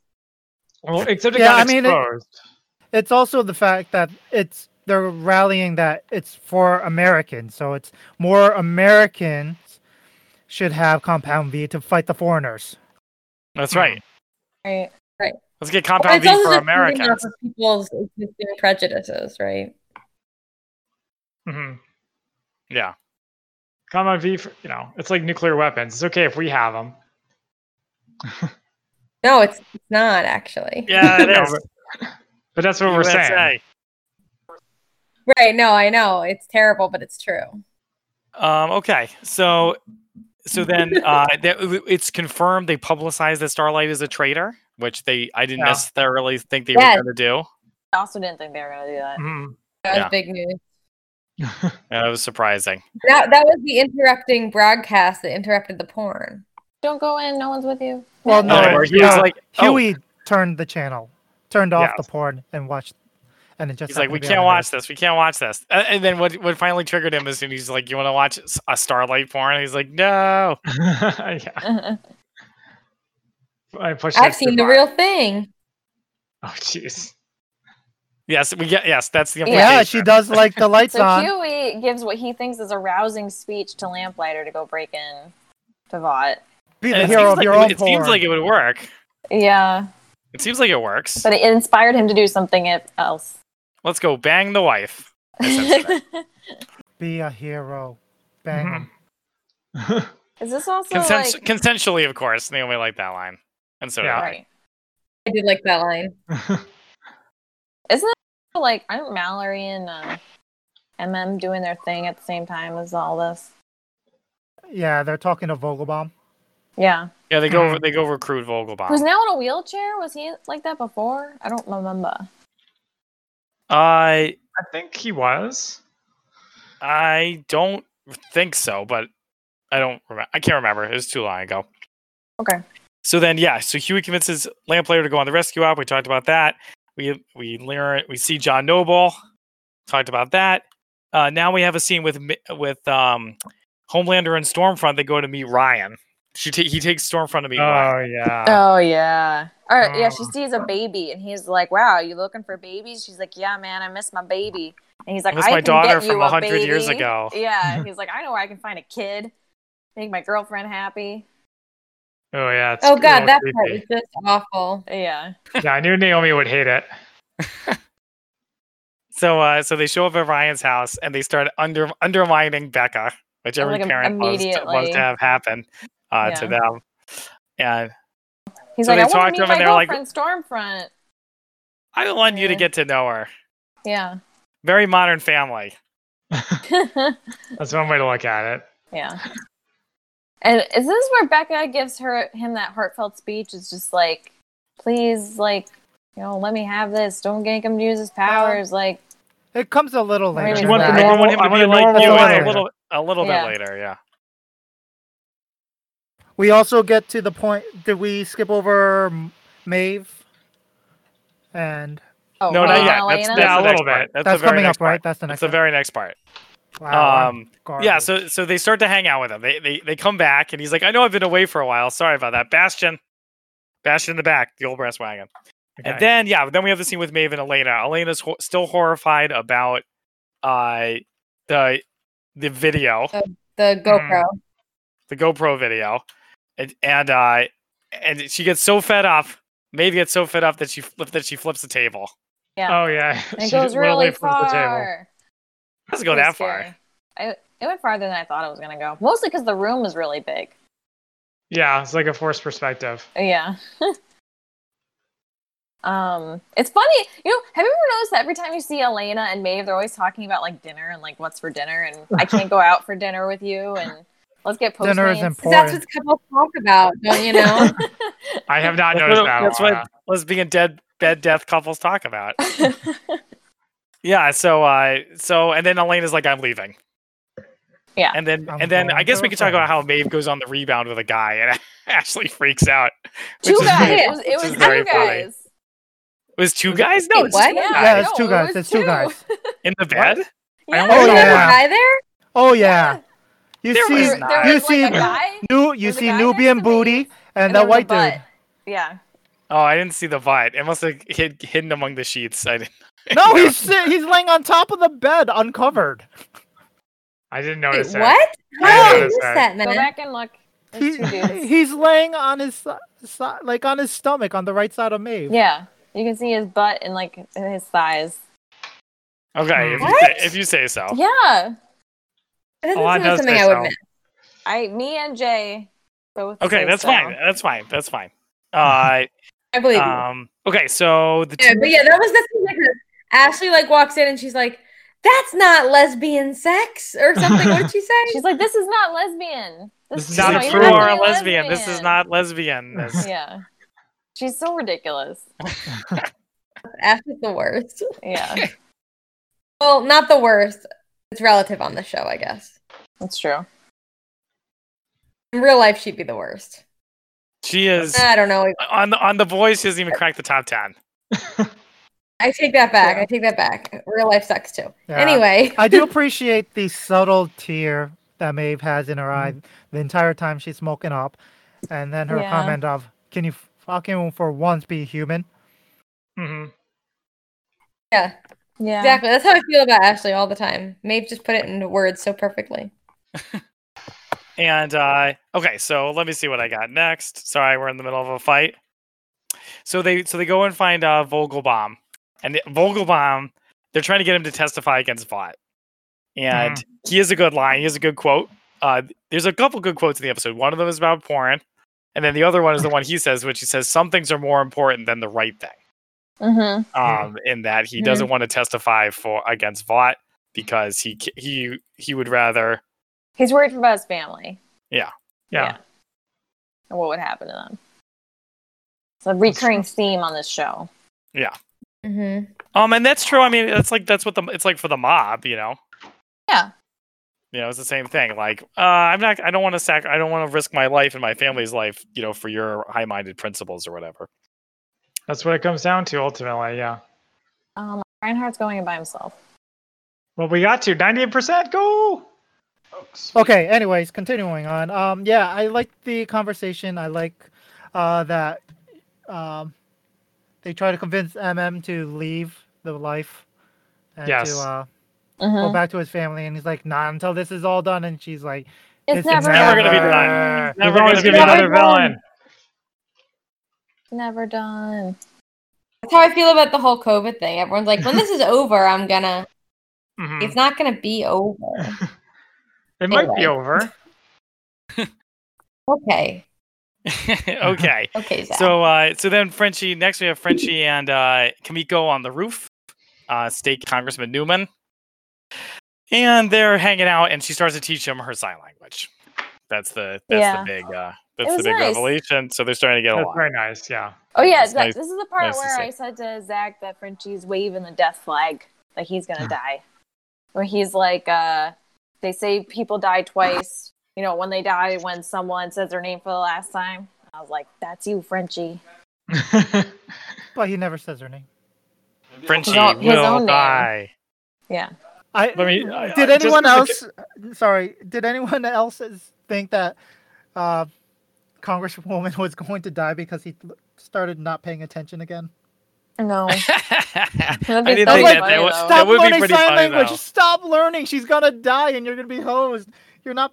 Speaker 1: Well, except it
Speaker 5: Yeah,
Speaker 1: got
Speaker 5: I mean, it-
Speaker 1: exposed.
Speaker 5: it's also the fact that it's they're rallying that it's for Americans, so it's more Americans should have Compound V to fight the foreigners.
Speaker 3: That's right.
Speaker 6: Right.
Speaker 3: Let's get
Speaker 2: Well, it's
Speaker 3: Compound V
Speaker 2: also
Speaker 3: for
Speaker 2: just feeding off
Speaker 3: Americans.
Speaker 2: of people's existing prejudices, right?
Speaker 1: hmm
Speaker 3: Yeah.
Speaker 1: Compound V, for, you know, it's like nuclear weapons. It's okay if we have them.
Speaker 2: No, it's, it's not actually.
Speaker 3: Yeah, it
Speaker 1: No,
Speaker 3: is.
Speaker 1: But that's what we're
Speaker 3: USA.
Speaker 1: saying.
Speaker 2: Right? No, I know it's terrible, but it's true.
Speaker 3: Um, okay, so so then uh, that- w- it's confirmed they publicized that Starlight is a traitor, which they I didn't
Speaker 1: Yeah.
Speaker 3: necessarily think they
Speaker 2: Yes.
Speaker 3: were going to do.
Speaker 6: I also didn't think they were gonna do that.
Speaker 1: Mhm.
Speaker 2: That was
Speaker 3: Yeah.
Speaker 2: big news.
Speaker 3: And it was surprising.
Speaker 2: That that was the interrupting broadcast that interrupted the porn.
Speaker 6: Don't go in. No one's with you.
Speaker 5: Well, no,
Speaker 3: Or he was
Speaker 5: yeah,
Speaker 3: like, oh,
Speaker 5: Huey turned the channel, turned off
Speaker 1: Yes.
Speaker 5: the porn, and watched. And it just
Speaker 3: he's like, we
Speaker 5: happened to be
Speaker 3: can't
Speaker 5: on
Speaker 3: watch this. We can't watch this. A- And then what what finally triggered him is when he's like, you want to watch s- a Starlight porn? He's like, no.
Speaker 1: yeah, I pushed
Speaker 2: I've
Speaker 1: it
Speaker 2: seen
Speaker 1: too
Speaker 2: the
Speaker 1: far.
Speaker 2: real thing.
Speaker 1: Oh, jeez.
Speaker 3: Yes, we get yes. That's the
Speaker 5: video.
Speaker 3: implication.
Speaker 5: Yeah, she does like the lights
Speaker 6: so
Speaker 5: on.
Speaker 6: Huey gives what he thinks is a rousing speech to Lamplighter to go break in to Vought.
Speaker 5: Be
Speaker 3: And
Speaker 5: the
Speaker 3: it
Speaker 5: hero
Speaker 3: seems
Speaker 5: of
Speaker 3: like
Speaker 5: your
Speaker 3: it,
Speaker 5: own
Speaker 3: it seems
Speaker 5: porn.
Speaker 3: like it would work.
Speaker 6: Yeah,
Speaker 3: It seems like it works.
Speaker 6: but it inspired him to do something e- else.
Speaker 3: Let's go bang the wife.
Speaker 6: is
Speaker 3: Essentially.
Speaker 5: Be a hero. Bang.
Speaker 3: Mm-hmm.
Speaker 1: Mhm.
Speaker 5: 'em.
Speaker 1: Mm-hmm.
Speaker 6: this also
Speaker 3: Consens-
Speaker 6: like
Speaker 3: consensually, of course. Naomi liked that line, and so did
Speaker 1: Yeah.
Speaker 3: I.
Speaker 6: right?
Speaker 2: I did like that line.
Speaker 6: Isn't it like aren't Mallory and uh, MM doing their thing at the same time as all this?
Speaker 5: Yeah, they're talking to Vogelbaum.
Speaker 6: Yeah,
Speaker 3: Yeah, they go they go recruit Vogelbaum.
Speaker 6: Who's now in a wheelchair? Was he like that before? I don't remember.
Speaker 3: I
Speaker 1: I think he was.
Speaker 3: I don't think so, but I don't remember. I can't remember. It was too long ago.
Speaker 6: Okay.
Speaker 3: So then, yeah. So Huey convinces Lamplayer to go on the rescue op. We talked about that. We we learn we see John Noble. Talked about that. Uh, now we have a scene with Mi- with um, Homelander and Stormfront. They go to meet Ryan. She ta- he takes Stormfront to meet Ryan.
Speaker 1: Oh yeah.
Speaker 2: Uh,
Speaker 3: Uh,
Speaker 6: oh yeah. All right. Yeah. She
Speaker 3: um,
Speaker 1: Oh.
Speaker 6: sees a baby, and he's like, "Wow, you looking for babies?" She's like, "Yeah, man. I miss my baby." And he's like,
Speaker 3: I
Speaker 6: "I,
Speaker 3: miss my
Speaker 6: can
Speaker 3: daughter
Speaker 6: get you
Speaker 3: from
Speaker 6: a
Speaker 3: 100 years
Speaker 6: baby."
Speaker 3: ago.
Speaker 6: Yeah. He's like, "I know where I can find a kid, make my girlfriend happy."
Speaker 1: Oh yeah. it's
Speaker 2: Oh
Speaker 1: a
Speaker 2: god,
Speaker 1: little
Speaker 2: that part was
Speaker 1: creepy.
Speaker 2: just awful.
Speaker 6: Yeah.
Speaker 1: yeah, I knew Naomi would hate it.
Speaker 3: So uh, so they show up at Ryan's house and they start under undermining Becca, which every
Speaker 6: Like, im-
Speaker 3: parent loves to, loves
Speaker 6: immediately.
Speaker 3: to have happen uh, to
Speaker 6: Yeah.
Speaker 3: them. And
Speaker 6: He's
Speaker 3: So
Speaker 6: like,
Speaker 3: they
Speaker 6: "I want
Speaker 3: talk
Speaker 6: to
Speaker 3: to him
Speaker 6: meet my
Speaker 3: and they're like-
Speaker 6: girlfriend, Stormfront."
Speaker 3: I don't want you to
Speaker 6: Yeah.
Speaker 3: get to know her.
Speaker 6: Yeah.
Speaker 3: Very modern family.
Speaker 1: That's one way to look at it.
Speaker 6: Yeah. And is this where Becca gives her him that heartfelt speech? It's just like, please, like, you know, let me have this. Don't get him to use his powers. Like,
Speaker 5: It comes a little
Speaker 6: Wait a
Speaker 5: later.
Speaker 1: You
Speaker 6: minute.
Speaker 1: want
Speaker 6: I
Speaker 1: the
Speaker 6: didn't
Speaker 3: I
Speaker 1: normal,
Speaker 3: want him
Speaker 1: I
Speaker 3: to
Speaker 1: want
Speaker 3: be
Speaker 1: a
Speaker 3: like
Speaker 1: normal
Speaker 3: you
Speaker 1: life.
Speaker 3: a little a little
Speaker 6: Yeah.
Speaker 3: bit later, yeah.
Speaker 5: We also get to the point. Did we skip over M- Maeve? And
Speaker 6: oh,
Speaker 3: No,
Speaker 6: Ryan
Speaker 3: not
Speaker 6: and
Speaker 3: yet. That's,
Speaker 6: Elena?
Speaker 3: that's
Speaker 1: Yeah,
Speaker 3: the
Speaker 1: a
Speaker 3: next
Speaker 1: little
Speaker 3: part.
Speaker 1: bit.
Speaker 3: That's,
Speaker 5: that's
Speaker 3: the very
Speaker 5: coming
Speaker 3: next
Speaker 5: up, right?
Speaker 3: Part.
Speaker 5: That's the
Speaker 3: That's
Speaker 5: next.
Speaker 3: the very next part.
Speaker 5: one. Wow, I'm
Speaker 3: Um, yeah,
Speaker 5: garbage.
Speaker 3: so so they start to hang out with him. They, they they come back and he's like, I know I've been away for a while. Sorry about that. Bastion. Bastion in the back, the old brass wagon. And
Speaker 1: Okay.
Speaker 3: then yeah, then we have the scene with Maeve and Elena. Elena's ho- still horrified about uh the the video,
Speaker 2: The GoPro.
Speaker 3: the GoPro video, and and uh, and she gets so fed up. Maeve gets so fed up that she flip, that she flips the table.
Speaker 1: oh yeah.
Speaker 6: And it
Speaker 1: She
Speaker 6: goes
Speaker 1: literally
Speaker 6: really
Speaker 1: flipped the table.
Speaker 6: far.
Speaker 3: Doesn't go
Speaker 6: Pretty
Speaker 3: that
Speaker 6: scary.
Speaker 3: far.
Speaker 6: I, it went farther than I thought it was gonna go. Mostly because the room was really big.
Speaker 1: Yeah, it's like a forced perspective.
Speaker 6: Yeah. um, it's funny. You know, have you ever noticed that every time you see Elena and Maeve, they're always talking about like dinner and like what's for dinner, and I can't go out for dinner with you, and let's get postmates.
Speaker 5: Dinner is
Speaker 2: Because that's
Speaker 5: Boring.
Speaker 2: what couples talk about, don't you know?
Speaker 1: I have not
Speaker 3: That's
Speaker 1: noticed
Speaker 3: what-
Speaker 1: that.
Speaker 3: that's
Speaker 1: Alana.
Speaker 3: what uh, lesbian dead bed death couples talk about. Yeah, so uh so and then Elena's like, I'm leaving.
Speaker 6: Yeah.
Speaker 3: And then
Speaker 5: I'm
Speaker 3: and then I
Speaker 5: going
Speaker 3: guess
Speaker 5: to
Speaker 3: we
Speaker 5: a
Speaker 3: can talk about
Speaker 5: friend's.
Speaker 3: how Maeve goes on the rebound with a guy and Ashley freaks out.
Speaker 6: two
Speaker 3: which is
Speaker 6: guys.
Speaker 3: very-
Speaker 6: It was, it
Speaker 3: which
Speaker 6: was
Speaker 3: is
Speaker 6: two
Speaker 3: very funny.
Speaker 6: guys.
Speaker 3: It was two guys? No,
Speaker 2: Wait,
Speaker 3: it's
Speaker 2: what?
Speaker 3: just one
Speaker 6: Yeah,
Speaker 5: yeah,
Speaker 3: guy.
Speaker 5: it's
Speaker 6: no,
Speaker 5: two
Speaker 6: it
Speaker 5: guys.
Speaker 6: was
Speaker 5: It's two
Speaker 6: two.
Speaker 5: guys.
Speaker 3: in the bed.
Speaker 6: Yeah.
Speaker 3: Oh,
Speaker 2: oh,
Speaker 5: yeah.
Speaker 2: yeah. guy there?
Speaker 5: Oh yeah, you
Speaker 3: There
Speaker 5: see,
Speaker 3: was
Speaker 6: There, there
Speaker 3: not.
Speaker 5: you
Speaker 6: was
Speaker 5: see,
Speaker 6: like a guy.
Speaker 5: new, you
Speaker 6: was a
Speaker 5: see
Speaker 6: guy
Speaker 5: Nubian
Speaker 6: next to me,
Speaker 5: booty and,
Speaker 6: there
Speaker 5: that
Speaker 6: was a
Speaker 5: white
Speaker 6: butt.
Speaker 5: dude.
Speaker 6: Yeah.
Speaker 3: Oh, I didn't see the bite. It must have hid, hidden among the sheets. I didn't.
Speaker 5: No, he's sit- he's laying on top of the bed, uncovered.
Speaker 1: I didn't
Speaker 2: Wait,
Speaker 1: notice that.
Speaker 2: what?
Speaker 1: I
Speaker 2: How did I
Speaker 1: noticed
Speaker 2: miss
Speaker 1: that.
Speaker 2: that,
Speaker 6: Go
Speaker 2: man?
Speaker 6: back and look.
Speaker 5: He,
Speaker 6: There's two dudes.
Speaker 5: he's laying on his si- si- like on his stomach on the right side of Maeve.
Speaker 6: Yeah. You can see his butt and like his thighs.
Speaker 3: Okay, if you,
Speaker 2: What?
Speaker 3: say, if you say
Speaker 6: Oh.
Speaker 3: so.
Speaker 6: Yeah.
Speaker 2: That
Speaker 1: Oh, I
Speaker 2: doesn't sound
Speaker 1: know
Speaker 2: like something
Speaker 1: this
Speaker 2: I would
Speaker 1: now.
Speaker 2: miss.
Speaker 6: I, me and Jay both.
Speaker 3: Okay,
Speaker 6: say
Speaker 3: that's
Speaker 6: so.
Speaker 3: fine. That's fine. That's fine. Uh,
Speaker 2: I believe you.
Speaker 3: um, okay, so the
Speaker 2: Yeah,
Speaker 3: two,
Speaker 2: but yeah, that was the thing. Like, Ashley like walks in and she's like, "That's not lesbian sex" or something. what did she say?
Speaker 6: She's like, this is not lesbian.
Speaker 1: This is
Speaker 3: she's
Speaker 1: not
Speaker 3: like,
Speaker 1: a
Speaker 6: you're
Speaker 3: you
Speaker 1: true
Speaker 3: are a
Speaker 6: really
Speaker 3: lesbian. This is not lesbian. This-
Speaker 6: Yeah. She's so ridiculous.
Speaker 2: Ashley's the worst.
Speaker 6: Yeah,
Speaker 2: Well, not the worst. It's relative on the show, I guess.
Speaker 6: that's true.
Speaker 2: In real life, she'd be the worst.
Speaker 3: She is
Speaker 2: I don't know.
Speaker 3: on the on the boys. She doesn't even crack the top ten.
Speaker 2: I take that back.
Speaker 6: Yeah.
Speaker 2: I take that back. Real life sucks too.
Speaker 5: Yeah.
Speaker 2: Anyway,
Speaker 5: I do appreciate the subtle tear that Maeve has in her eye the entire time she's smoking up, and then her
Speaker 6: Yeah.
Speaker 5: comment of, "Can you fucking for once be human?"
Speaker 1: hmm
Speaker 2: yeah,
Speaker 6: Yeah.
Speaker 2: exactly. That's how I feel about Ashley all the time. Maeve just put it into words so perfectly.
Speaker 3: And uh, okay, so let me see what I got next. Sorry, we're in the middle of a fight. So they so they go and find uh, Vogelbaum, and the- Vogelbaum they're trying to get him to testify against Vought, and he is a good line. He is a good quote. Uh, there's a couple good quotes in the episode. One of them is about porn, and then the other one is the one he says, which he says some things are more important than the right thing.
Speaker 6: Mm-hmm.
Speaker 3: um, in that he
Speaker 2: Mhm.
Speaker 3: doesn't want to testify for against Vought because he c- he he would rather
Speaker 6: He's worried about his family.
Speaker 1: Yeah.
Speaker 6: Yeah. and what would happen to them. It's a recurring theme on this show.
Speaker 2: hmm
Speaker 3: Um, and that's true. I mean, that's like that's what the it's like for the mob, you know.
Speaker 6: Yeah.
Speaker 3: You know, it's the same thing. Like, uh, I'm not. I don't want to sac. I don't want to risk my life and my family's life, you know, for your high-minded principles or whatever.
Speaker 1: That's what it comes down to ultimately. Yeah.
Speaker 6: Um, Reinhardt's going in by himself.
Speaker 1: Well, we got to 98%. Go.
Speaker 7: Folks.
Speaker 5: Okay. Anyways, continuing on. Um, yeah, I like the conversation. I like uh, that um, they try to convince MM to leave the life and
Speaker 1: Yes.
Speaker 5: to uh, go
Speaker 6: Mhm.
Speaker 5: back to his family. And he's like, "Not until this is all done." And she's like,
Speaker 6: It's,
Speaker 5: "This is
Speaker 6: never,
Speaker 3: never gonna be
Speaker 5: never-
Speaker 3: done.
Speaker 1: There's
Speaker 3: gonna
Speaker 1: always
Speaker 3: be
Speaker 1: going to be
Speaker 6: done.
Speaker 1: another villain.
Speaker 6: Never done.
Speaker 2: That's how I feel about the whole COVID thing. Everyone's like, when this is over, I'm gonna.
Speaker 1: Mhm.
Speaker 3: Hmm.
Speaker 2: It's not gonna be over.
Speaker 1: It might be over.
Speaker 2: Okay.
Speaker 3: okay.
Speaker 2: Okay, Zach.
Speaker 3: So, uh, so then Frenchie. Next, we have Frenchie and uh, Kamiko on the roof. Uh, State Congressman Newman, and they're hanging out, and she starts to teach him her sign language. That's the that's
Speaker 6: Yeah.
Speaker 3: the big uh, that's the
Speaker 6: was
Speaker 3: big
Speaker 6: nice.
Speaker 3: revelation. So they're starting to get
Speaker 1: That's
Speaker 3: along.
Speaker 1: very nice. Yeah.
Speaker 6: Oh yeah,
Speaker 3: It's
Speaker 6: Zach,
Speaker 3: nice-
Speaker 6: this is the part
Speaker 3: nice to
Speaker 6: where
Speaker 3: see.
Speaker 6: I said to Zach that Frenchie's waving the death flag, like he's gonna
Speaker 3: Hmm.
Speaker 6: die. Where he's like, uh, they say people die twice. You know, when they die, when someone says their name for the last time. I was like, that's you, Frenchie.
Speaker 5: But he never says her name.
Speaker 3: Frenchie
Speaker 6: own- his own
Speaker 3: will
Speaker 6: name.
Speaker 3: die.
Speaker 5: I,
Speaker 1: Let me- I-
Speaker 5: did
Speaker 1: I- just
Speaker 5: anyone else?
Speaker 1: because
Speaker 5: Sorry, did anyone else is- think that uh, Congresswoman was going to die because he l- started not paying attention again?
Speaker 6: No,
Speaker 3: I
Speaker 6: be
Speaker 3: didn't think
Speaker 6: so
Speaker 3: that.
Speaker 6: funny,
Speaker 3: That would, that
Speaker 6: though.
Speaker 5: Stop
Speaker 3: would be
Speaker 5: learning
Speaker 3: pretty
Speaker 5: sign
Speaker 3: funny,
Speaker 5: language.
Speaker 3: though.
Speaker 5: Stop learning. She's gonna die, and you're gonna be hosed. You're not.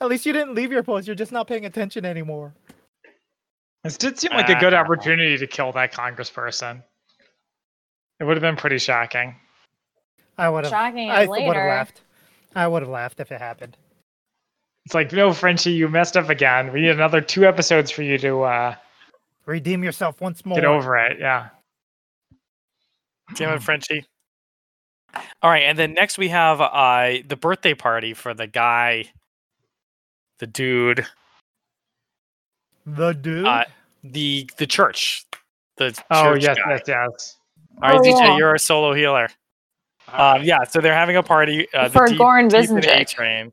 Speaker 5: At least you didn't leave your post. You're just not paying attention anymore.
Speaker 1: This did seem like a good
Speaker 3: Ah.
Speaker 1: opportunity to kill that congressperson. It would have been pretty shocking.
Speaker 5: I would have.
Speaker 6: shocking.
Speaker 5: I would have
Speaker 6: later,
Speaker 5: laughed. I would have laughed if it happened.
Speaker 1: It's like, no, Frenchie, you messed up again. We need another two episodes for you to uh,
Speaker 5: Redeem yourself once more.
Speaker 1: get over it. Yeah.
Speaker 3: Damn it, Frenchie. All right, and then next we have uh, the birthday party for the guy, the dude,
Speaker 5: The dude.
Speaker 3: Uh, the the church. The
Speaker 1: Oh,
Speaker 3: church
Speaker 1: yes,
Speaker 3: guy.
Speaker 1: yes, yes.
Speaker 3: All right,
Speaker 6: Oh,
Speaker 3: DJ,
Speaker 6: yeah.
Speaker 3: you're our solo healer. Um, yeah, so they're having a party. Uh,
Speaker 6: For
Speaker 3: the
Speaker 6: Goran
Speaker 3: Deep and
Speaker 6: Visenjek.
Speaker 3: A-Train.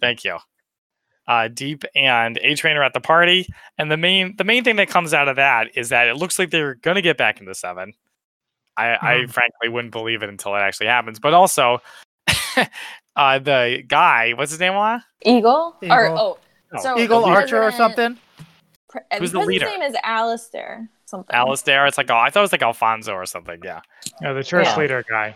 Speaker 3: Thank you. Uh, Deep and A Train are at the party, and the main the main thing that comes out of that is that it looks like they're gonna get back into seven. I, I
Speaker 6: Mm-hmm.
Speaker 3: frankly wouldn't believe it until it actually happens. But also, uh, the guy, what's his name? Alana?
Speaker 6: Eagle, or
Speaker 5: Eagle.
Speaker 6: oh,
Speaker 3: No,
Speaker 6: so
Speaker 5: Eagle
Speaker 6: the
Speaker 5: Archer or
Speaker 6: president-
Speaker 5: something.
Speaker 6: Pre-
Speaker 3: Who's the
Speaker 6: the president's
Speaker 3: leader?
Speaker 6: name is Alistair. Something.
Speaker 3: Alistair. It's like oh, I thought it was like Alfonso or something. Yeah.
Speaker 1: Oh, the church
Speaker 6: Yeah.
Speaker 1: leader guy.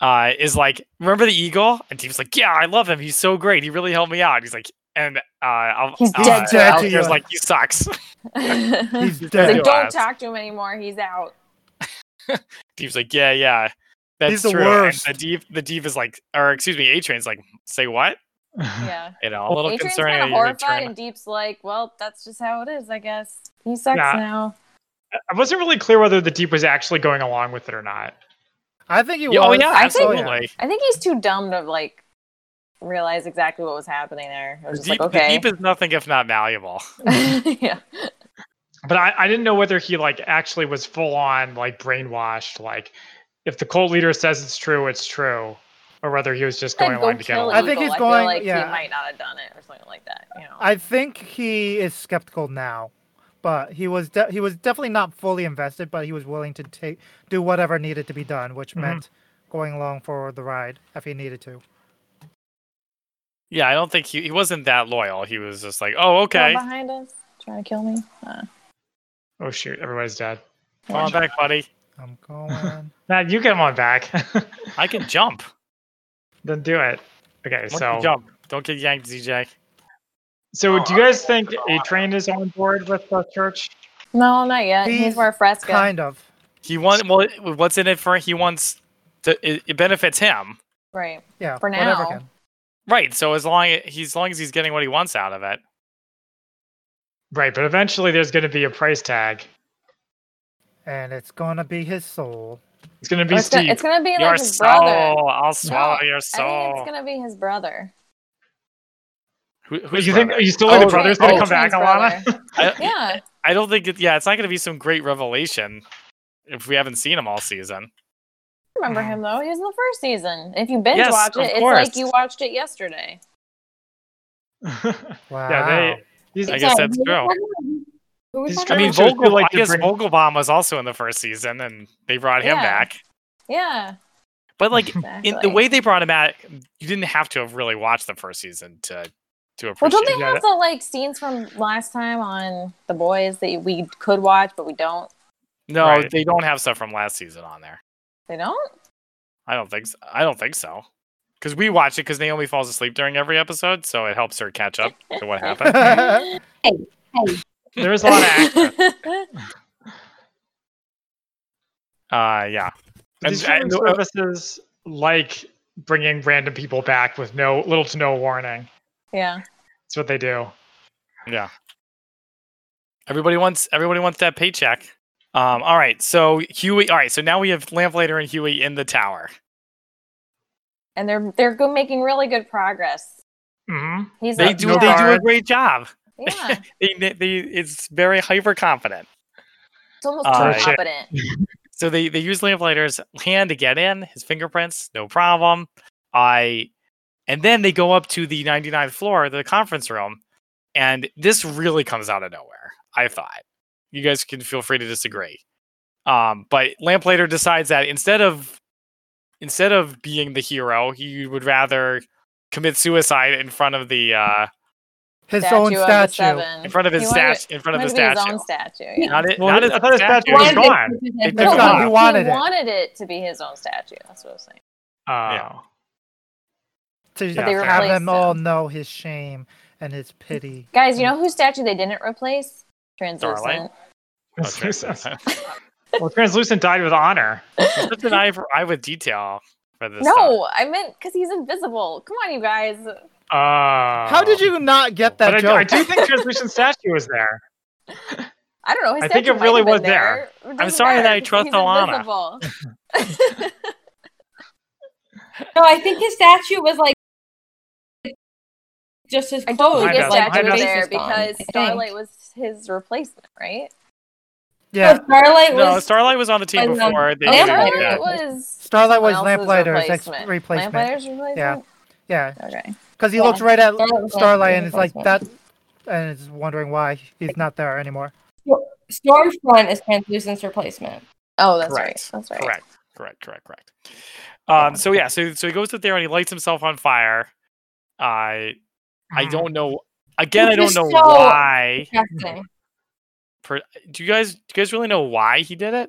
Speaker 3: uh, is like, remember the eagle? And Deep's like, yeah, I love him. He's so great. He really helped me out. And he's like, and uh, I'll,
Speaker 6: He's
Speaker 3: uh,
Speaker 6: dead to
Speaker 5: you.
Speaker 3: Alistair's like, he sucks.
Speaker 5: He's
Speaker 3: dead.
Speaker 5: dead.
Speaker 6: like,
Speaker 3: Your
Speaker 6: don't
Speaker 3: ass.
Speaker 6: talk to him anymore. He's out.
Speaker 3: Deep's like, yeah, yeah, that's
Speaker 5: the
Speaker 3: true.
Speaker 5: worst.
Speaker 3: And the Deep, the Deep is like, or excuse me, A Train's like, say what?
Speaker 6: Yeah.
Speaker 3: You know, a little
Speaker 6: Adrian's
Speaker 3: concerned.
Speaker 6: kind
Speaker 3: that
Speaker 6: of
Speaker 3: you would
Speaker 6: horrified,
Speaker 3: turn-
Speaker 6: and Deep's like, "Well, that's just how it is, I guess." He sucks
Speaker 1: Yeah.
Speaker 6: now.
Speaker 1: I wasn't really clear whether the deep was actually going along with it or not.
Speaker 5: I think he was.
Speaker 3: Yeah, oh yeah,
Speaker 6: I think-
Speaker 3: absolutely.
Speaker 6: I think he's too dumb to like realize exactly what was happening there. It was
Speaker 3: The
Speaker 6: just
Speaker 3: Deep,
Speaker 6: like,
Speaker 3: the
Speaker 6: okay,
Speaker 3: Deep is nothing if not malleable.
Speaker 6: yeah,
Speaker 1: But I, I didn't know whether he like actually was full on like brainwashed. Like, if the cult leader says it's true, it's true, or whether he was just going
Speaker 6: Said go
Speaker 1: along to get
Speaker 6: kill
Speaker 1: along.
Speaker 5: I think
Speaker 6: Eagle.
Speaker 5: he's
Speaker 6: I
Speaker 5: going-
Speaker 6: Feel like
Speaker 5: yeah.
Speaker 6: he might not have done it or something like that. You know,
Speaker 5: I think he is skeptical now, but he was de- he was definitely not fully invested, but he was willing to take do whatever needed to be done, which
Speaker 1: Mhm.
Speaker 5: meant going along for the ride if he needed to.
Speaker 3: Yeah, I don't think he, he wasn't that loyal. He was just like, oh, okay,
Speaker 6: Someone behind us trying to kill me. Uh,
Speaker 1: Oh shoot, everybody's dead.
Speaker 3: come on back, buddy.
Speaker 5: I'm going.
Speaker 1: Matt, you get him on back.
Speaker 3: I can jump.
Speaker 1: then do it. Okay,
Speaker 3: I
Speaker 1: so
Speaker 3: can jump. Don't get yanked, DJ.
Speaker 1: so
Speaker 7: Oh,
Speaker 1: do you guys
Speaker 7: I-
Speaker 1: think A Train is on board with the church?
Speaker 6: no, not yet. He's,
Speaker 5: He's
Speaker 6: more fresca.
Speaker 5: kind of.
Speaker 3: He wants well. What's in it for? He wants to. It, it benefits him,
Speaker 6: Right.
Speaker 5: Yeah.
Speaker 6: For
Speaker 5: whatever
Speaker 6: now.
Speaker 5: can.
Speaker 3: right? So as long as he's as long as he's getting what he wants out of it,
Speaker 1: Right, but eventually there's going to be a price tag.
Speaker 5: And it's gonna be his soul.
Speaker 1: It's going to be
Speaker 6: It's gonna,
Speaker 1: steep.
Speaker 6: it's gonna be
Speaker 3: your
Speaker 6: like his
Speaker 3: soul,
Speaker 6: brother.
Speaker 3: I'll swallow your
Speaker 6: I think
Speaker 3: soul.
Speaker 6: it's gonna be his brother.
Speaker 3: Who,
Speaker 1: But
Speaker 3: who's
Speaker 1: you think
Speaker 3: brother?
Speaker 1: you still think
Speaker 3: Oh,
Speaker 1: the brother's gonna
Speaker 3: oh,
Speaker 1: come back, Alana?
Speaker 3: I,
Speaker 6: Yeah.
Speaker 3: I don't think it. Yeah, it's not going to be some great revelation if we haven't seen him all season.
Speaker 6: remember him though. He was in the first season. If you binge
Speaker 3: Yes,
Speaker 6: watch
Speaker 3: of
Speaker 6: it, it's
Speaker 3: course.
Speaker 6: like you watched it yesterday.
Speaker 5: Wow.
Speaker 1: yeah, they.
Speaker 3: I
Speaker 1: He's,
Speaker 3: guess that's true.
Speaker 2: Who was
Speaker 1: He's
Speaker 3: I
Speaker 1: Very
Speaker 3: mean,
Speaker 1: true.
Speaker 3: Vogel,
Speaker 1: Like
Speaker 3: I
Speaker 1: to
Speaker 3: guess
Speaker 1: bring-
Speaker 3: Vogelbaum was also in the first season, and they brought him
Speaker 6: Yeah.
Speaker 3: back.
Speaker 6: Yeah.
Speaker 3: But like
Speaker 6: Exactly.
Speaker 3: in the way they brought him back, you didn't have to have really watched the first season to to
Speaker 6: Well,
Speaker 3: appreciate.
Speaker 6: don't
Speaker 3: it.
Speaker 6: they
Speaker 1: Yeah,
Speaker 6: have
Speaker 1: that-
Speaker 6: the like scenes from last time on the boys that we could watch, but we don't?
Speaker 3: No,
Speaker 1: Right.
Speaker 3: they don't have stuff from last season on there.
Speaker 6: They don't.
Speaker 3: I don't think. So. I don't think so. Because we watch it because Naomi falls asleep during every episode, so it helps her catch up to what happened.
Speaker 1: there is a lot of action.
Speaker 3: Uh, yeah. And-
Speaker 1: These streaming
Speaker 3: and- uh,
Speaker 1: services like bringing random people back with no little to no warning.
Speaker 6: yeah.
Speaker 1: That's what they do.
Speaker 3: Yeah. Everybody wants everybody wants that paycheck. Um, all right, so Huey. All right, so now we have Lamplighter and Huey in the tower.
Speaker 6: And they're they're go- making really good progress.
Speaker 1: hmm
Speaker 6: He's
Speaker 3: They
Speaker 6: like,
Speaker 3: do
Speaker 1: no
Speaker 3: they do a
Speaker 1: guard.
Speaker 3: great job.
Speaker 6: yeah.
Speaker 3: They, they they- it's very hyper confident.
Speaker 6: It's almost
Speaker 3: Uh,
Speaker 6: too
Speaker 1: shit.
Speaker 6: competent.
Speaker 3: So they they use Lamplighter's hand to get in, his fingerprints, no problem. I and then they go up to the 99th floor, the conference room, and this really comes out of nowhere. I thought. You guys can feel free to disagree. Um, but Lamplighter decides that instead of instead of being the hero, he would rather commit suicide in front of the uh,
Speaker 5: His own
Speaker 6: of the
Speaker 5: statue.
Speaker 6: seven.
Speaker 3: in front of
Speaker 6: He
Speaker 3: his
Speaker 6: wanted-
Speaker 3: statue in front of
Speaker 6: wanted
Speaker 3: the
Speaker 6: to be
Speaker 3: statue.
Speaker 6: His own statue. Yeah.
Speaker 3: Not it,
Speaker 1: Well,
Speaker 3: not
Speaker 1: I
Speaker 3: his
Speaker 1: thought his statue
Speaker 3: statue.
Speaker 1: was
Speaker 3: It's
Speaker 1: gone.
Speaker 3: They
Speaker 5: It's
Speaker 3: took
Speaker 5: gone.
Speaker 3: it
Speaker 5: He
Speaker 3: off.
Speaker 5: wanted
Speaker 6: he
Speaker 5: it.
Speaker 6: wanted it to be his own statue. That's what I was saying.
Speaker 1: Oh.
Speaker 3: Yeah.
Speaker 5: To
Speaker 3: Yeah,
Speaker 6: they
Speaker 5: have
Speaker 6: replaced
Speaker 5: them all
Speaker 6: him.
Speaker 5: know his shame and his pity.
Speaker 6: Guys, you know whose statue they didn't replace? Translucent.
Speaker 1: Translucent.
Speaker 3: Okay.
Speaker 1: well, Translucent died with honor.
Speaker 3: Such an eye, for, eye with detail for this. stuff.
Speaker 6: No, I meant because he's invisible. Come on, you guys.
Speaker 1: Oh.
Speaker 3: Ah.
Speaker 5: How did you not get that
Speaker 1: But I, do-
Speaker 5: joke?
Speaker 1: I do think Translucent statue was there.
Speaker 6: I don't know. His
Speaker 1: I think
Speaker 6: statue
Speaker 1: it really
Speaker 6: might have
Speaker 1: was
Speaker 6: been
Speaker 1: there.
Speaker 6: It doesn't
Speaker 3: sorry that I
Speaker 6: because
Speaker 3: trust
Speaker 6: he's
Speaker 3: Alana.
Speaker 6: invisible.
Speaker 2: No, I think his statue was like just his
Speaker 6: I don't
Speaker 2: clothes.
Speaker 6: think his
Speaker 1: Mine doesn't.
Speaker 6: statue
Speaker 1: Mine
Speaker 6: was
Speaker 1: doesn't.
Speaker 6: there
Speaker 2: Faces on,
Speaker 6: because
Speaker 2: I
Speaker 6: Starlight
Speaker 2: think.
Speaker 6: was his replacement, right?
Speaker 5: yeah.
Speaker 2: No, Starlight
Speaker 3: No,
Speaker 2: was.
Speaker 3: Starlight was on the team
Speaker 2: was, um,
Speaker 3: before. They
Speaker 2: Oh,
Speaker 3: did
Speaker 2: Starlight
Speaker 3: it, yeah.
Speaker 6: Starlight was
Speaker 5: Starlight was
Speaker 6: someone else's
Speaker 5: Lamplighter's ex-
Speaker 6: replacement.
Speaker 5: replacement.
Speaker 6: Lamplighter's replacement.
Speaker 5: Yeah,
Speaker 6: Okay.
Speaker 5: because he
Speaker 2: Yeah.
Speaker 5: looks right at
Speaker 2: Starlight was
Speaker 5: Starlight and it's like that,
Speaker 2: Lamplighter's
Speaker 5: and is wondering why he's not there anymore.
Speaker 2: Stormfront is Translucent's replacement.
Speaker 6: Oh, that's
Speaker 3: Correct.
Speaker 6: right. That's right.
Speaker 3: Correct, correct, correct, correct. Um, so yeah, so so he goes up there and he lights himself on fire. I I
Speaker 1: Mhm.
Speaker 3: don't know. Again, I
Speaker 2: Which
Speaker 3: don't
Speaker 2: is
Speaker 3: know
Speaker 2: so-
Speaker 3: why.
Speaker 2: Interesting.
Speaker 3: Per, do you guys do you guys really know why he did it?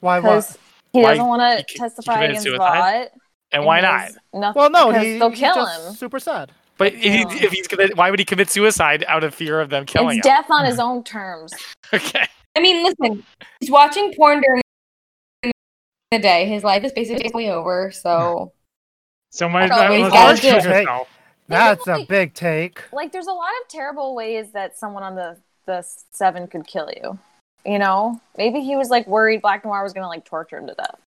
Speaker 5: Why? What?
Speaker 6: Because he
Speaker 3: Why
Speaker 6: doesn't want
Speaker 3: he
Speaker 6: to
Speaker 3: c-
Speaker 6: testify
Speaker 3: committed
Speaker 6: against
Speaker 3: suicide?
Speaker 6: Vought.
Speaker 3: And why not?
Speaker 6: Nothing.
Speaker 5: Well, no,
Speaker 6: because
Speaker 5: he,
Speaker 6: they'll
Speaker 5: he's
Speaker 6: kill
Speaker 5: just
Speaker 6: him.
Speaker 5: super sad.
Speaker 3: But if he-
Speaker 6: Yeah.
Speaker 3: if he's gonna, why would he commit suicide out of fear of them killing
Speaker 6: it's
Speaker 3: him?
Speaker 6: death on his own terms.
Speaker 3: Okay.
Speaker 2: I mean, listen, he's watching porn during the day. His life is basically over. So
Speaker 1: So my
Speaker 6: Probably
Speaker 1: that was
Speaker 2: gotta do
Speaker 1: all
Speaker 2: it.
Speaker 1: herself.
Speaker 6: They
Speaker 5: That's
Speaker 6: don't
Speaker 5: a
Speaker 6: like-
Speaker 5: big take.
Speaker 6: Like, there's a lot of terrible ways that someone on the the seven could kill you. You know, maybe he was like worried Black Noir was gonna like torture him to death,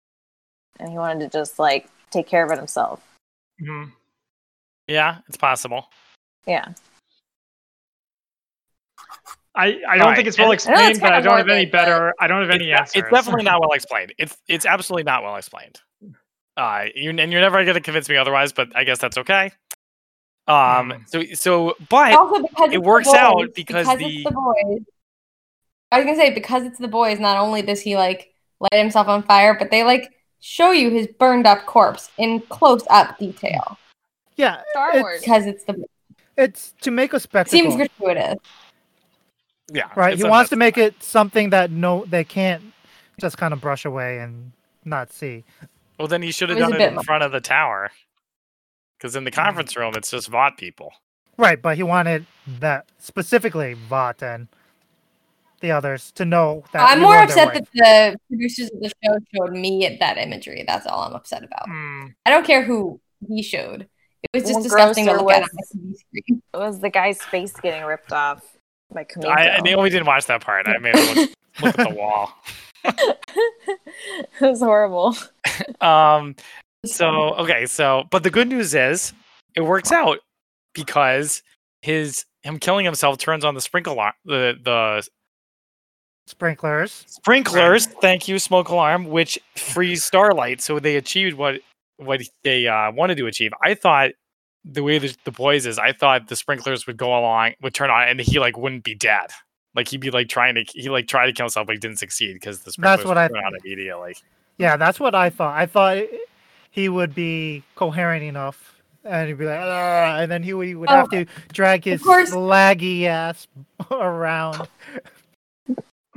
Speaker 6: and he wanted to just like take care of it himself.
Speaker 1: Mhm.
Speaker 3: Yeah, it's possible.
Speaker 6: Yeah,
Speaker 1: I, I don't
Speaker 3: Alright,
Speaker 1: think it's well
Speaker 3: and-
Speaker 6: I know it's
Speaker 1: explained, but
Speaker 6: kinda
Speaker 1: I don't have any
Speaker 6: morbid, but-
Speaker 1: better. I don't have any
Speaker 3: it's,
Speaker 1: answers.
Speaker 3: not- it's definitely not well explained. It's it's absolutely not well explained. Uh, you and you're never going to convince me otherwise, but I guess that's okay. Um, so so, but
Speaker 5: Oh,
Speaker 2: also because
Speaker 3: it
Speaker 2: it's the
Speaker 3: works
Speaker 2: boys-
Speaker 3: out because the-
Speaker 2: it's the boys. I was gonna say because it's the boys. Not only does he like light himself on fire, but they like show you his burned up corpse in close up detail
Speaker 5: Yeah,
Speaker 6: Star
Speaker 5: it's-
Speaker 6: Wars.
Speaker 2: because it's the
Speaker 5: it's to make a
Speaker 2: it seems
Speaker 5: spectacle,
Speaker 2: gratuitous.
Speaker 3: yeah,
Speaker 5: right?
Speaker 3: it's
Speaker 5: He wants to
Speaker 3: unnecessary.
Speaker 5: make it something that no, they can't just kind of brush away and not see.
Speaker 3: Well, then he should have
Speaker 2: It was
Speaker 3: done
Speaker 2: a
Speaker 3: it
Speaker 2: bit
Speaker 3: in
Speaker 2: much.
Speaker 3: front of the tower, because
Speaker 5: Hmm.
Speaker 3: in the conference room it's just Vought people.
Speaker 5: Right, but he wanted that specifically Vought and the others to know that.
Speaker 2: I'm
Speaker 5: he
Speaker 2: more
Speaker 5: ruined their
Speaker 2: upset
Speaker 5: life.
Speaker 2: that the producers of the show showed me at that imagery. That's all I'm upset about.
Speaker 1: Mm.
Speaker 2: I don't care who he showed. It was just
Speaker 6: Well,
Speaker 2: disgusting to
Speaker 6: Grosser
Speaker 2: look at on
Speaker 6: was-
Speaker 2: the TV screen.
Speaker 6: it was the guy's face getting ripped off by Camille.
Speaker 3: I, I Naomi didn't watch that part. I made her look, look at the wall.
Speaker 6: it was horrible.
Speaker 3: Um, so okay, so but the good news is it works out because his him killing himself turns on the sprinkle ar- the the
Speaker 5: Sprinklers.
Speaker 3: sprinklers. Thank you, smoke alarm, which frees starlight. So they achieved what what they uh, wanted to achieve. I thought the way the, the boys is, I thought the sprinklers would go along, would turn on, and he like wouldn't be dead. Like he'd be like trying to he like tried to kill himself, but he didn't succeed because the sprinklers
Speaker 5: what I
Speaker 3: would turn on immediately.
Speaker 5: Yeah, that's what I thought. I thought it- he would be coherent enough, and he'd be like, "Ah," and then he would, he would
Speaker 2: Oh,
Speaker 5: have to drag his
Speaker 2: course.
Speaker 5: laggy ass around.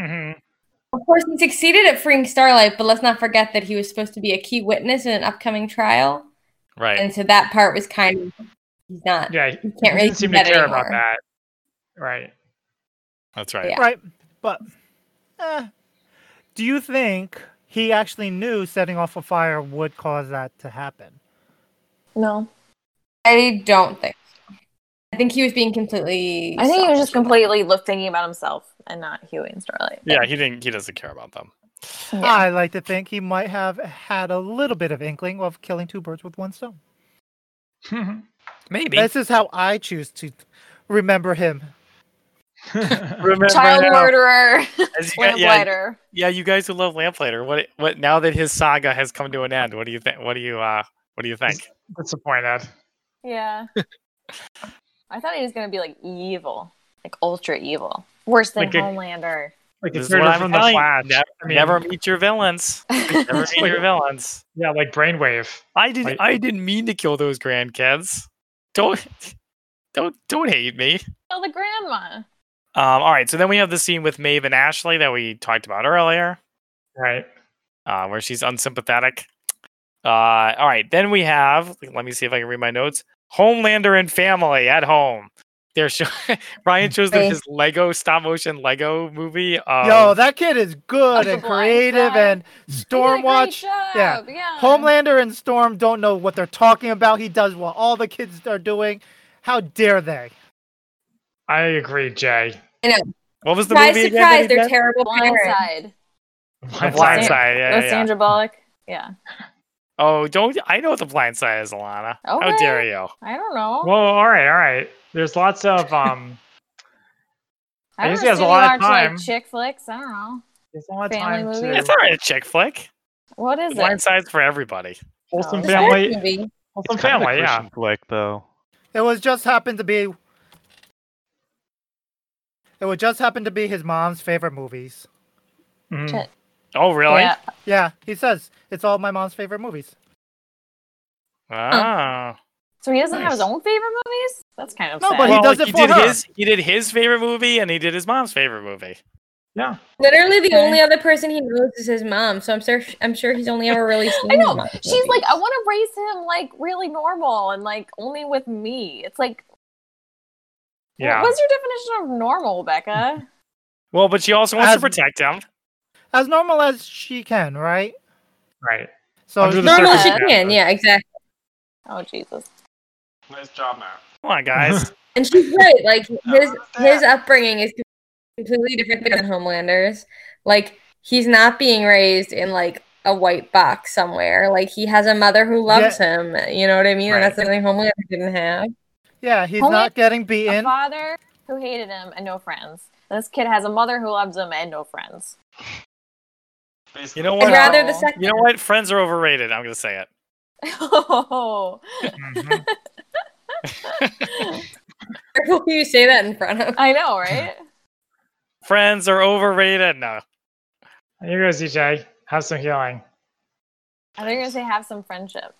Speaker 1: Mhm.
Speaker 2: Of course, he succeeded at freeing Starlight, but let's not forget that he was supposed to be a key witness in an upcoming trial,
Speaker 3: Right.
Speaker 2: and so that part was kind of he's not.
Speaker 1: Yeah, he
Speaker 2: He can't really
Speaker 1: didn't seem
Speaker 2: do
Speaker 1: to
Speaker 2: that
Speaker 1: care
Speaker 2: anymore.
Speaker 1: about that. Right.
Speaker 3: That's right.
Speaker 2: Yeah.
Speaker 5: Right. But eh. do you think he actually knew setting off a fire would cause that to happen?
Speaker 6: No,
Speaker 2: I don't think. so. I think he was being completely.
Speaker 6: I think he was just
Speaker 2: selfish.
Speaker 6: completely lo- thinking about himself and not Huey and Starlight.
Speaker 3: Yeah, he didn't. He doesn't care about them.
Speaker 6: Yeah.
Speaker 5: I like to think he might have had a little bit of inkling of killing two birds with one stone.
Speaker 3: Maybe.
Speaker 5: This is how I choose to remember him.
Speaker 3: Remember
Speaker 6: Child
Speaker 3: now,
Speaker 6: murderer,
Speaker 3: as you- yeah, yeah,
Speaker 6: lamplighter.
Speaker 3: yeah, you guys who love Lamplighter. What? What? Now that his saga has come to an end, what do you think? What do you? uh What do you think?
Speaker 1: Disappointed.
Speaker 6: Yeah. I thought he was gonna be like evil, like ultra evil, worse than
Speaker 1: Like a-
Speaker 6: Homelander.
Speaker 1: Like
Speaker 3: This
Speaker 1: it's
Speaker 3: is what I'm
Speaker 1: from the
Speaker 3: telling you.
Speaker 1: Flash.
Speaker 3: Never,
Speaker 1: I mean,
Speaker 3: never meet your villains. Never meet your villains.
Speaker 1: Yeah, like Brainwave.
Speaker 3: I didn't.
Speaker 1: Like-
Speaker 3: I didn't mean to kill those grandkids. Don't. Don't. Don't hate me.
Speaker 6: Tell Oh, the grandma.
Speaker 3: Um, all right. So then we have the scene with Maeve and Ashley that we talked about earlier.
Speaker 1: Right.
Speaker 3: uh, where she's unsympathetic. Uh, all right, then we have. Let me see if I can read my notes. Homelander and family at home. They're show- Ryan shows them
Speaker 2: Okay.
Speaker 3: his Lego stop motion Lego movie. um, Of,
Speaker 5: Yo, that kid is good
Speaker 6: The
Speaker 5: and
Speaker 6: Blind
Speaker 5: creative
Speaker 6: Side.
Speaker 5: and Storm Watch. yeah.
Speaker 6: yeah.
Speaker 5: Homelander and Storm don't know what they're talking about. He does what all the kids are doing. How dare they?
Speaker 1: I agree, Jay.
Speaker 3: what was the
Speaker 2: Surprise,
Speaker 3: movie? again that
Speaker 2: surprise!
Speaker 3: he
Speaker 2: They're
Speaker 3: did?
Speaker 2: terrible parents.
Speaker 6: Blindside.
Speaker 3: The
Speaker 1: Blindside.
Speaker 3: Blind
Speaker 6: Side.
Speaker 3: Side. Yeah,
Speaker 6: Yeah,
Speaker 3: yeah, yeah.
Speaker 6: Sandra Bullock. Yeah.
Speaker 3: Oh, don't I know what the Blind Side is, Alana? How dare
Speaker 6: Okay.
Speaker 3: you?
Speaker 6: I don't know.
Speaker 1: Whoa, all right, all right. There's lots of um
Speaker 6: I don't
Speaker 1: guess he has a
Speaker 6: know,
Speaker 1: lot of
Speaker 6: watch, like,
Speaker 1: time.
Speaker 6: chick flicks. I don't know.
Speaker 1: there's a lot of
Speaker 6: Family
Speaker 1: time
Speaker 6: movie?
Speaker 1: to
Speaker 3: It's all right, a chick flick.
Speaker 6: What is
Speaker 3: Blind
Speaker 6: it?
Speaker 3: Side's for everybody.
Speaker 1: wholesome
Speaker 6: It's
Speaker 1: family
Speaker 2: Movie.
Speaker 1: wholesome
Speaker 4: kind of a
Speaker 1: family, yeah.
Speaker 4: Christian Flick, though.
Speaker 5: It was just happened to be. It would just happen to be his mom's favorite movies.
Speaker 1: Mhm.
Speaker 6: Shit.
Speaker 3: Oh, really?
Speaker 6: Yeah.
Speaker 5: Yeah, he says it's all my mom's favorite movies.
Speaker 6: Oh.
Speaker 3: Ah.
Speaker 6: So he doesn't have his
Speaker 1: Nice.
Speaker 6: own favorite movies? That's kind of
Speaker 5: No,
Speaker 6: sad.
Speaker 5: but he
Speaker 3: Well,
Speaker 5: does it
Speaker 3: he
Speaker 5: for
Speaker 3: did
Speaker 5: her.
Speaker 3: his he did his favorite movie and he did his mom's favorite movie.
Speaker 1: Yeah.
Speaker 2: Literally, the only other person he knows is his mom. So I'm sure I'm sure he's only ever really seen.
Speaker 6: I
Speaker 2: his
Speaker 6: know.
Speaker 2: mom's
Speaker 6: She's like,
Speaker 2: movies.
Speaker 6: I want to raise him like really normal and like only with me. It's like,
Speaker 1: Yeah.
Speaker 6: what's your definition of normal, Becca?
Speaker 3: Well, but she also wants
Speaker 5: As-
Speaker 3: to protect him.
Speaker 5: As normal as she can, right?
Speaker 1: Right.
Speaker 5: So
Speaker 1: Under the
Speaker 2: normal.
Speaker 6: circus
Speaker 2: She
Speaker 1: cat.
Speaker 2: can, yeah, exactly.
Speaker 6: Oh Jesus.
Speaker 7: Nice job, Matt.
Speaker 3: Come on, guys.
Speaker 2: And she's right. Like his
Speaker 7: about
Speaker 2: his
Speaker 7: that?
Speaker 2: upbringing is completely different than Homelander's. Like he's not being raised in like a white box somewhere. Like he has a mother who loves him. You know what I mean? And that's something Homelander didn't have.
Speaker 5: yeah, he's
Speaker 6: Only-
Speaker 5: not getting
Speaker 6: A
Speaker 5: beaten.
Speaker 6: father who hated him and no friends. And this kid has a mother who loves him and no friends.
Speaker 7: Basically.
Speaker 3: know
Speaker 2: And
Speaker 3: Wow.
Speaker 2: rather the
Speaker 6: Wow.
Speaker 2: second.
Speaker 3: you know what? Friends are overrated. I'm gonna say it.
Speaker 6: Oh,
Speaker 5: Mm-hmm.
Speaker 1: Mhm.
Speaker 2: Who you say that in front of?
Speaker 6: I know, right?
Speaker 3: Friends are overrated. No.
Speaker 1: Here goes EJ. Have some healing.
Speaker 6: I thought you were gonna say have some friendship.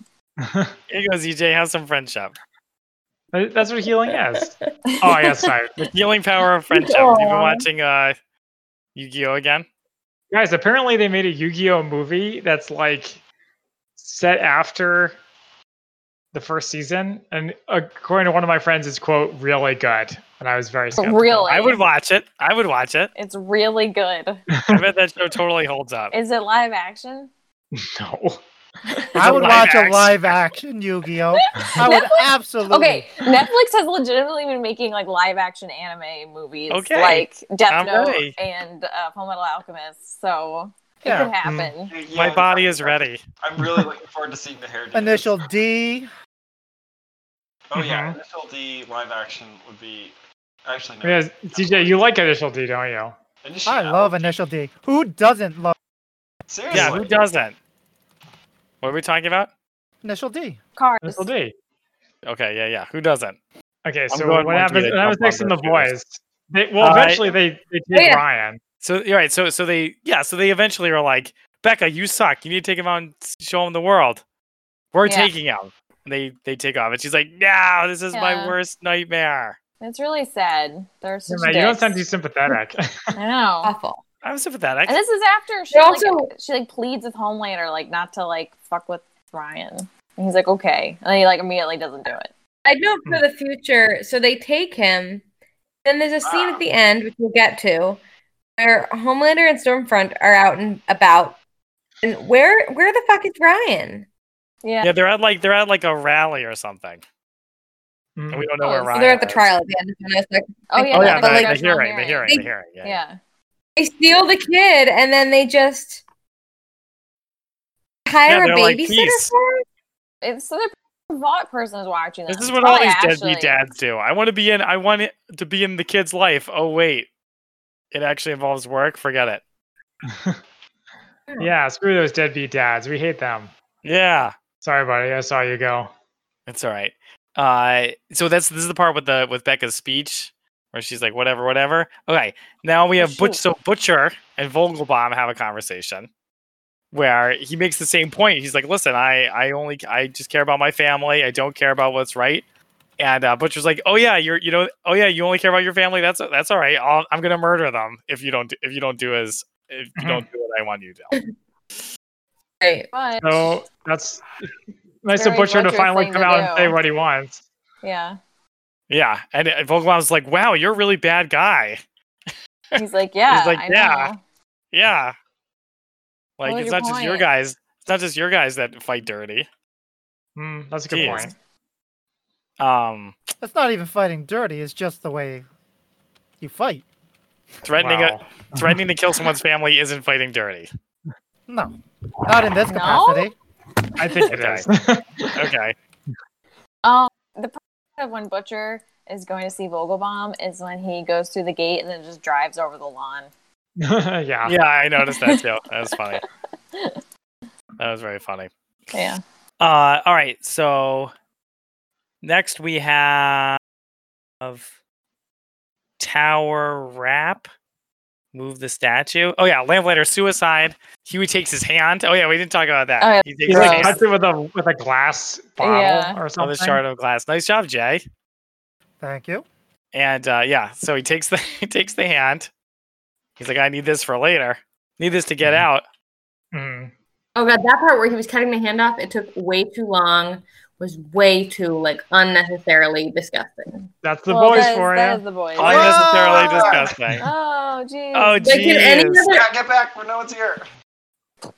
Speaker 3: Here goes EJ. Have some friendship.
Speaker 1: Uh, That's what healing is. Oh yeah, sorry.
Speaker 3: The healing power of friendship. You've been watching uh, Yu-Gi-Oh again.
Speaker 1: Guys, apparently they made a Yu-Gi-Oh movie that's like set after the first season, and according to one of my friends, it's quote really good, and I was very skeptical.
Speaker 6: Really,
Speaker 3: I would watch it. I would watch it.
Speaker 6: It's really good.
Speaker 3: I bet that show totally holds up.
Speaker 6: Is it live action?
Speaker 1: No.
Speaker 5: I would
Speaker 3: live
Speaker 5: watch a
Speaker 3: action.
Speaker 5: live action Yu-Gi-Oh. I would absolutely.
Speaker 6: Okay, Netflix has legitimately been making like live action anime movies,
Speaker 3: Okay,
Speaker 6: like Death
Speaker 3: I'm
Speaker 6: Note
Speaker 3: ready.
Speaker 6: and uh, Full Metal Alchemist. So it
Speaker 5: Yeah.
Speaker 6: could happen.
Speaker 7: Yeah,
Speaker 3: My
Speaker 7: yeah,
Speaker 3: body is ready.
Speaker 7: I'm really looking forward to seeing the hair.
Speaker 5: Initial D.
Speaker 7: Oh yeah,
Speaker 3: Mm-hmm.
Speaker 7: Initial D live action would be actually no.
Speaker 1: Yeah, DJ, E you like Initial D, don't you?
Speaker 7: Initial,
Speaker 5: I love Initial D. Who doesn't love
Speaker 7: Seriously.
Speaker 3: Yeah, who doesn't? What are we talking about?
Speaker 5: Initial D?
Speaker 6: Cars.
Speaker 1: Initial D.
Speaker 3: Okay, yeah, yeah. Who doesn't?
Speaker 1: Okay, so
Speaker 3: going
Speaker 1: what
Speaker 3: one
Speaker 1: happens?
Speaker 3: tweet,
Speaker 1: What happens
Speaker 3: I'll
Speaker 1: next in the
Speaker 3: find those
Speaker 1: boys? They, well,
Speaker 3: Uh,
Speaker 1: eventually they they take
Speaker 6: Oh,
Speaker 2: yeah.
Speaker 1: Ryan.
Speaker 3: So you're right. So so they yeah. So they eventually are like, Becca, you suck. You need to take him out and s- show him the world. We're
Speaker 6: Yeah.
Speaker 3: taking him. And they they take off, and she's like, No, this is my
Speaker 6: Yeah.
Speaker 3: worst nightmare.
Speaker 6: It's really sad. They're such
Speaker 1: you don't
Speaker 6: dicks.
Speaker 1: sound too sympathetic.
Speaker 6: I know.
Speaker 2: Awful.
Speaker 3: I'm sympathetic.
Speaker 6: And this is after she
Speaker 2: They
Speaker 6: like,
Speaker 2: also-
Speaker 6: she like pleads with Homelander like not to like fuck with Ryan. And he's like, okay. And then he like immediately doesn't do it.
Speaker 2: I know for the future. So they take him. Then there's a scene at the end, which we'll get to, where Homelander and Stormfront are out and about. And where where the fuck is Ryan?
Speaker 6: Yeah.
Speaker 3: yeah, they're at like they're at like a rally or something. And
Speaker 1: Mm.
Speaker 3: we don't know where
Speaker 6: Oh,
Speaker 3: Ryan.
Speaker 2: So they're at the
Speaker 3: is.
Speaker 2: trial at the end. And I was like,
Speaker 6: Oh yeah.
Speaker 3: Oh
Speaker 6: that's
Speaker 3: yeah,
Speaker 6: like
Speaker 3: the,
Speaker 2: but,
Speaker 3: the
Speaker 6: there's no
Speaker 3: hearing, the hearing, the hearing. Yeah, yeah.
Speaker 6: Yeah.
Speaker 2: they steal the kid, and then they just hire
Speaker 3: they're
Speaker 2: a
Speaker 3: like,
Speaker 2: babysitter
Speaker 3: "Peace."
Speaker 2: for him.
Speaker 6: It's so the Vought person is watching this.
Speaker 3: This is
Speaker 6: It's
Speaker 3: what all
Speaker 6: probably
Speaker 3: these deadbeat
Speaker 6: Ashley.
Speaker 3: dads do. I want to be in. I want it to be in the kid's life. Oh wait, it actually involves work. Forget it.
Speaker 1: Yeah, screw those deadbeat dads. We hate them.
Speaker 3: Yeah.
Speaker 1: Sorry, buddy. I saw you go.
Speaker 3: That's all right. Uh, so that's this is the part with the with Becca's speech where she's like, whatever, whatever. Okay, now we
Speaker 6: Oh,
Speaker 3: have Butch.
Speaker 6: shoot.
Speaker 3: So Butcher and Vogelbaum have a conversation where he makes the same point. He's like, listen, I I only I just care about my family. I don't care about what's right. And uh, Butcher's like, oh yeah, you're you know, oh yeah, you only care about your family. That's that's all right. I'll, I'm gonna murder them if you don't do- if you don't do as if you
Speaker 1: Mhm.
Speaker 3: don't do what I want you to. do.
Speaker 2: Right.
Speaker 6: But
Speaker 1: So that's nice of
Speaker 6: very
Speaker 1: Butcher to
Speaker 6: Butcher
Speaker 1: finally
Speaker 6: thing
Speaker 1: come
Speaker 6: to
Speaker 1: out and
Speaker 6: do.
Speaker 1: say what he wants.
Speaker 6: yeah.
Speaker 3: Yeah, and uh, Vogelbaum's like, wow, you're a really bad guy.
Speaker 6: He's like, yeah.
Speaker 3: like,
Speaker 6: I
Speaker 3: yeah.
Speaker 6: know.
Speaker 3: Yeah. Like
Speaker 6: was
Speaker 3: it's
Speaker 6: your
Speaker 3: not just your
Speaker 6: point?
Speaker 3: guys. It's not just your guys that fight dirty.
Speaker 1: Mm, that's a good
Speaker 3: Jeez.
Speaker 1: point.
Speaker 3: Um,
Speaker 5: That's not even fighting dirty. It's just the way you fight.
Speaker 3: threatening
Speaker 1: Wow.
Speaker 3: a, threatening to kill someone's family isn't fighting dirty.
Speaker 5: No, not in this
Speaker 6: No?
Speaker 5: capacity.
Speaker 1: I think it
Speaker 3: Okay.
Speaker 1: is.
Speaker 3: Okay.
Speaker 6: Um, the part of when Butcher is going to see Vogelbaum is when he goes through the gate and then just drives over the lawn.
Speaker 1: yeah.
Speaker 3: Yeah, I noticed that too. That was funny. That was very funny.
Speaker 6: Yeah.
Speaker 3: Uh, all right. So next we have Tower Wrap. Move the statue. Oh yeah, Lamplighter suicide. Huey takes his hand. Oh yeah, we didn't talk about that.
Speaker 6: Oh, yeah,
Speaker 3: He takes
Speaker 1: He's
Speaker 3: his
Speaker 1: like
Speaker 3: hand.
Speaker 6: Gross.
Speaker 1: cuts it with a with a glass bottle or
Speaker 6: Yeah.
Speaker 3: Another
Speaker 1: something.
Speaker 3: shard of glass. Nice job, Jay.
Speaker 5: Thank you.
Speaker 3: And uh, yeah, so he takes the he takes the hand. He's like, I need this for later. Need this to get
Speaker 1: Mhm.
Speaker 3: out.
Speaker 1: Mm.
Speaker 2: Oh god, that part where he was cutting the hand off, it took way too long, was way too like unnecessarily disgusting.
Speaker 1: That's the
Speaker 6: Well,
Speaker 1: boys
Speaker 6: that is-
Speaker 1: for
Speaker 6: That
Speaker 1: you.
Speaker 6: is the boys.
Speaker 3: Unnecessarily
Speaker 7: Ah!
Speaker 3: disgusting.
Speaker 6: Oh, geez.
Speaker 3: Oh
Speaker 2: Like in any
Speaker 3: jeez.
Speaker 2: other
Speaker 7: Yeah, get back where no one's here.
Speaker 5: It
Speaker 2: in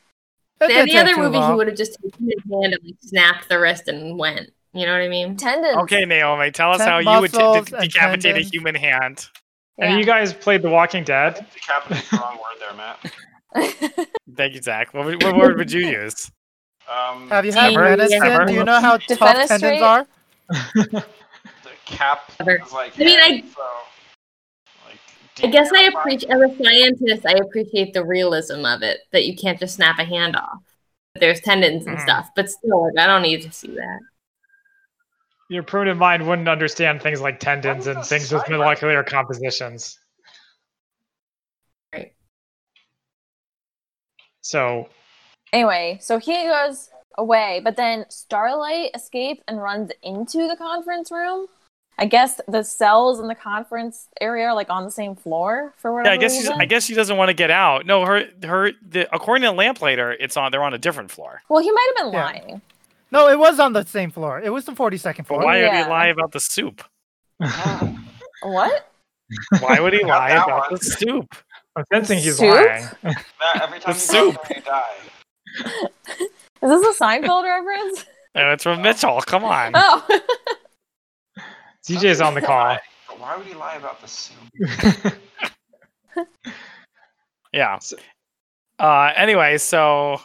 Speaker 5: didn't
Speaker 2: any
Speaker 5: take
Speaker 2: other
Speaker 5: too
Speaker 2: movie he
Speaker 5: long.
Speaker 2: would have just taken his hand and like, snapped the wrist and went. You know what I mean?
Speaker 6: Tendons.
Speaker 3: Okay, Naomi, tell us
Speaker 5: Ten
Speaker 3: how you would de-
Speaker 5: muscles
Speaker 3: de-
Speaker 5: and
Speaker 3: decapitate a
Speaker 5: tendons.
Speaker 3: human hand.
Speaker 1: And you guys played The Walking Dead.
Speaker 7: Decapitate's the wrong word there, Matt.
Speaker 3: Thank you, Zach. What, would, what word would you use?
Speaker 7: Um,
Speaker 5: Have you had
Speaker 2: Ever?
Speaker 5: medicine?
Speaker 3: Ever?
Speaker 5: Do you know how tough tendons
Speaker 6: Defenestrate?
Speaker 5: are?
Speaker 7: the cap
Speaker 2: Ever.
Speaker 7: is like.
Speaker 2: I mean, I-
Speaker 7: so, like,
Speaker 2: I guess I
Speaker 7: decap-
Speaker 2: appreciate as a scientist, I appreciate the realism of it that you can't just snap a hand off. There's tendons and
Speaker 6: Mm.
Speaker 1: Mhm.
Speaker 2: stuff, but still, like, I don't need to see that.
Speaker 1: Your primitive mind wouldn't understand things like tendons
Speaker 7: is
Speaker 1: and
Speaker 7: this
Speaker 1: things with
Speaker 7: sci-fi?
Speaker 1: molecular compositions.
Speaker 2: Right.
Speaker 1: So
Speaker 6: Anyway, so he goes away, but then Starlight escapes and runs into the conference room. I guess the cells in the conference area are like on the same floor for whatever
Speaker 3: Yeah, I guess she's,
Speaker 6: reason.
Speaker 3: I guess she doesn't want to get out. No, her her the, according to Lamplighter, it's on they're on a different floor.
Speaker 6: well, he might have been
Speaker 5: Yeah.
Speaker 6: lying.
Speaker 5: No, it was on the same floor. It was the 42nd
Speaker 3: But
Speaker 5: floor.
Speaker 3: why would
Speaker 6: Yeah.
Speaker 3: he lie about the soup?
Speaker 6: What?
Speaker 3: Why would he
Speaker 7: Got
Speaker 3: lie
Speaker 7: that
Speaker 3: about
Speaker 7: one.
Speaker 3: the soup?
Speaker 1: I'm sensing he's
Speaker 6: Soup?
Speaker 1: lying.
Speaker 7: Matt, every time
Speaker 3: The
Speaker 7: you
Speaker 3: soup.
Speaker 7: go there, you die.
Speaker 6: Is this a Seinfeld reference?
Speaker 3: And Oh, it's from Mitchell. Come on.
Speaker 6: Oh,
Speaker 1: DJ's on the call.
Speaker 7: But why would he lie about the soup?
Speaker 3: Yeah.
Speaker 1: So-
Speaker 3: Uh, anyway, so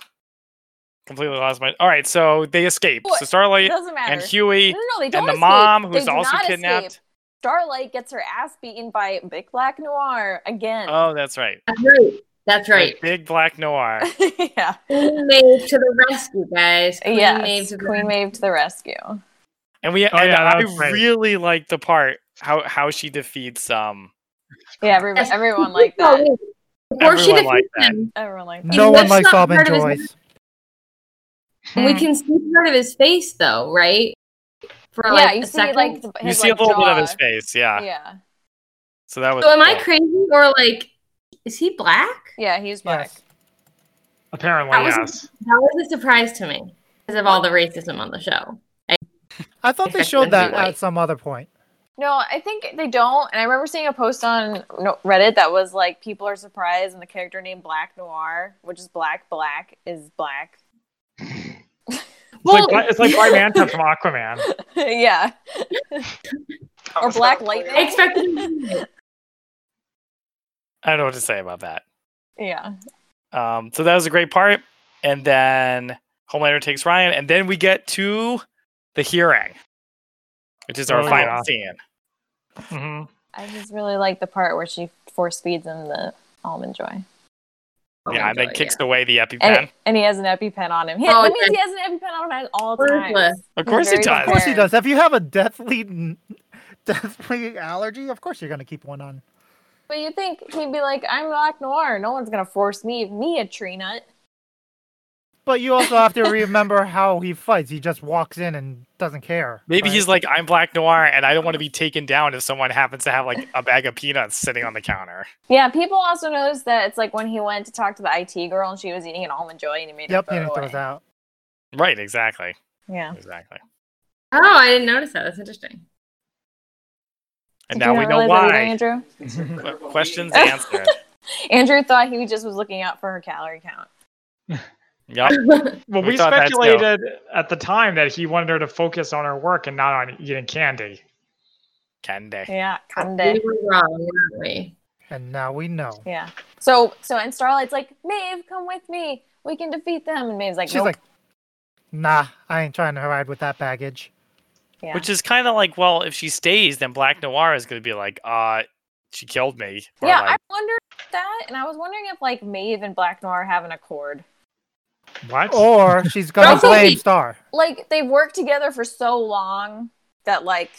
Speaker 3: completely lost my. All right, so they escape.
Speaker 6: What?
Speaker 3: So
Speaker 6: It
Speaker 3: Starlight
Speaker 6: doesn't matter.
Speaker 3: and Huey
Speaker 6: no, no, no, they don't
Speaker 3: and the
Speaker 6: escape.
Speaker 3: mom,
Speaker 6: They
Speaker 3: who's
Speaker 6: do
Speaker 3: also
Speaker 6: not
Speaker 3: kidnapped.
Speaker 6: escape. Starlight gets her ass beaten by Big Black Noir again.
Speaker 3: Oh, that's right.
Speaker 2: That's right. That's
Speaker 3: The
Speaker 2: right.
Speaker 3: Big black noir.
Speaker 6: yeah.
Speaker 2: Queen Maeve to the rescue, guys. Queen
Speaker 6: Uh, yes.
Speaker 2: Maeve to the
Speaker 6: Queen Maeve to the rescue.
Speaker 3: And we
Speaker 1: Oh,
Speaker 3: and
Speaker 1: yeah, that
Speaker 3: I
Speaker 1: was great.
Speaker 3: really like the part how how she defeats um
Speaker 6: Yeah, every,
Speaker 2: Yes.
Speaker 6: everyone liked that.
Speaker 2: Oh, Before she
Speaker 3: Everyone liked
Speaker 2: defeats
Speaker 3: that.
Speaker 2: him,
Speaker 6: Everyone liked that.
Speaker 5: No one
Speaker 2: that's
Speaker 5: likes
Speaker 2: not
Speaker 5: Bob and
Speaker 2: part of his-
Speaker 5: Joyce.
Speaker 6: Mm.
Speaker 2: we can see part of his face, though, right? For
Speaker 6: yeah,
Speaker 2: like
Speaker 6: you
Speaker 2: a
Speaker 6: see
Speaker 2: second.
Speaker 6: like the-
Speaker 3: you
Speaker 6: his,
Speaker 3: see
Speaker 6: like,
Speaker 3: a little bit
Speaker 6: jaw.
Speaker 3: of his face, Ah. yeah.
Speaker 6: Yeah.
Speaker 3: So that was
Speaker 2: so am I
Speaker 3: cool.
Speaker 2: crazy or like, is he black?
Speaker 6: Yeah, he's black.
Speaker 5: Yes.
Speaker 1: Apparently,
Speaker 2: That was-
Speaker 1: yes.
Speaker 2: That was a surprise to me because of all the racism on the show.
Speaker 5: I thought they showed
Speaker 2: Definitely
Speaker 5: that
Speaker 2: white.
Speaker 5: at some other point.
Speaker 6: No, I think they don't. And I remember seeing a post on no- Reddit that was like, people are surprised, and the character named Black Noir, which is black, black is black.
Speaker 1: It's like, Bla- it's like Black Manta from Aquaman.
Speaker 6: yeah.
Speaker 7: That
Speaker 6: Or
Speaker 7: was
Speaker 6: Black
Speaker 7: not
Speaker 6: Lightning.
Speaker 2: I
Speaker 7: clear.
Speaker 2: expected.
Speaker 3: I don't know what to say about that.
Speaker 6: Yeah.
Speaker 3: Um so that was a great part. And then Homelander takes Ryan, and then we get to the hearing. Which is our
Speaker 1: Oh,
Speaker 3: final
Speaker 1: yeah.
Speaker 3: scene.
Speaker 1: Mhm.
Speaker 6: I just really like the part where she force feeds him the almond joy.
Speaker 3: yeah, and then kicks away the EpiPen.
Speaker 6: And, and he has an EpiPen on him. He,
Speaker 2: Oh,
Speaker 6: that means
Speaker 2: yeah.
Speaker 6: he has an EpiPen on him at all
Speaker 2: Worthless.
Speaker 6: times.
Speaker 3: Of
Speaker 6: He's
Speaker 3: course he
Speaker 6: very
Speaker 3: does.
Speaker 5: Of course he
Speaker 6: prepared.
Speaker 5: does. If you have a deathly, deathly allergy, of course you're gonna keep one on.
Speaker 6: But you think he'd be like, I'm Black Noir. No one's going to force me, me a tree nut.
Speaker 5: But you also have to remember how he fights. He just walks in and doesn't care.
Speaker 3: Maybe
Speaker 5: right?
Speaker 3: he's like, I'm Black Noir, and I don't want to be taken down if someone happens to have like a bag of peanuts sitting on the counter.
Speaker 6: Yeah, people also noticed that it's like when he went to talk to the IT girl and she was eating an almond joy and he made
Speaker 5: Yep,
Speaker 6: her
Speaker 5: he didn't
Speaker 6: throw
Speaker 5: throw
Speaker 6: it
Speaker 5: it out.
Speaker 3: Right, exactly.
Speaker 6: Yeah.
Speaker 3: Exactly.
Speaker 2: Oh, I didn't notice that. That's interesting.
Speaker 3: And
Speaker 6: Did
Speaker 3: now
Speaker 6: you
Speaker 3: we
Speaker 6: not
Speaker 3: know
Speaker 6: realize that either,
Speaker 3: why.
Speaker 6: Andrew?
Speaker 1: Mm-hmm.
Speaker 3: Qu- Questions answered.
Speaker 6: Andrew thought he just was looking out for her calorie count.
Speaker 3: Yup.
Speaker 1: Well,
Speaker 3: We
Speaker 1: we,
Speaker 3: thought that too.
Speaker 1: speculated at the time that he wanted her to focus on her work and not on eating candy.
Speaker 3: Kende.
Speaker 6: Yeah,
Speaker 2: we
Speaker 6: Kande.
Speaker 2: were wrong, weren't we?
Speaker 5: And now we know.
Speaker 6: Yeah. So so and Starlight's like, Maeve, come with me. We can defeat them. And Maeve's like,
Speaker 5: She's
Speaker 6: nope.
Speaker 5: like, nah, I ain't trying to ride with that baggage.
Speaker 6: yeah.
Speaker 3: Which is kind of like, well, if she stays, then Black Noir is going to be like, uh, she killed me. Or
Speaker 6: yeah, I
Speaker 3: like,
Speaker 6: wondered that, and I was wondering if like Maeve and Black Noir have an accord.
Speaker 1: What?
Speaker 6: Oh.
Speaker 5: Or she's gonna
Speaker 2: Also,
Speaker 5: blame
Speaker 2: he-
Speaker 5: Star.
Speaker 6: Like they've worked together for so long that like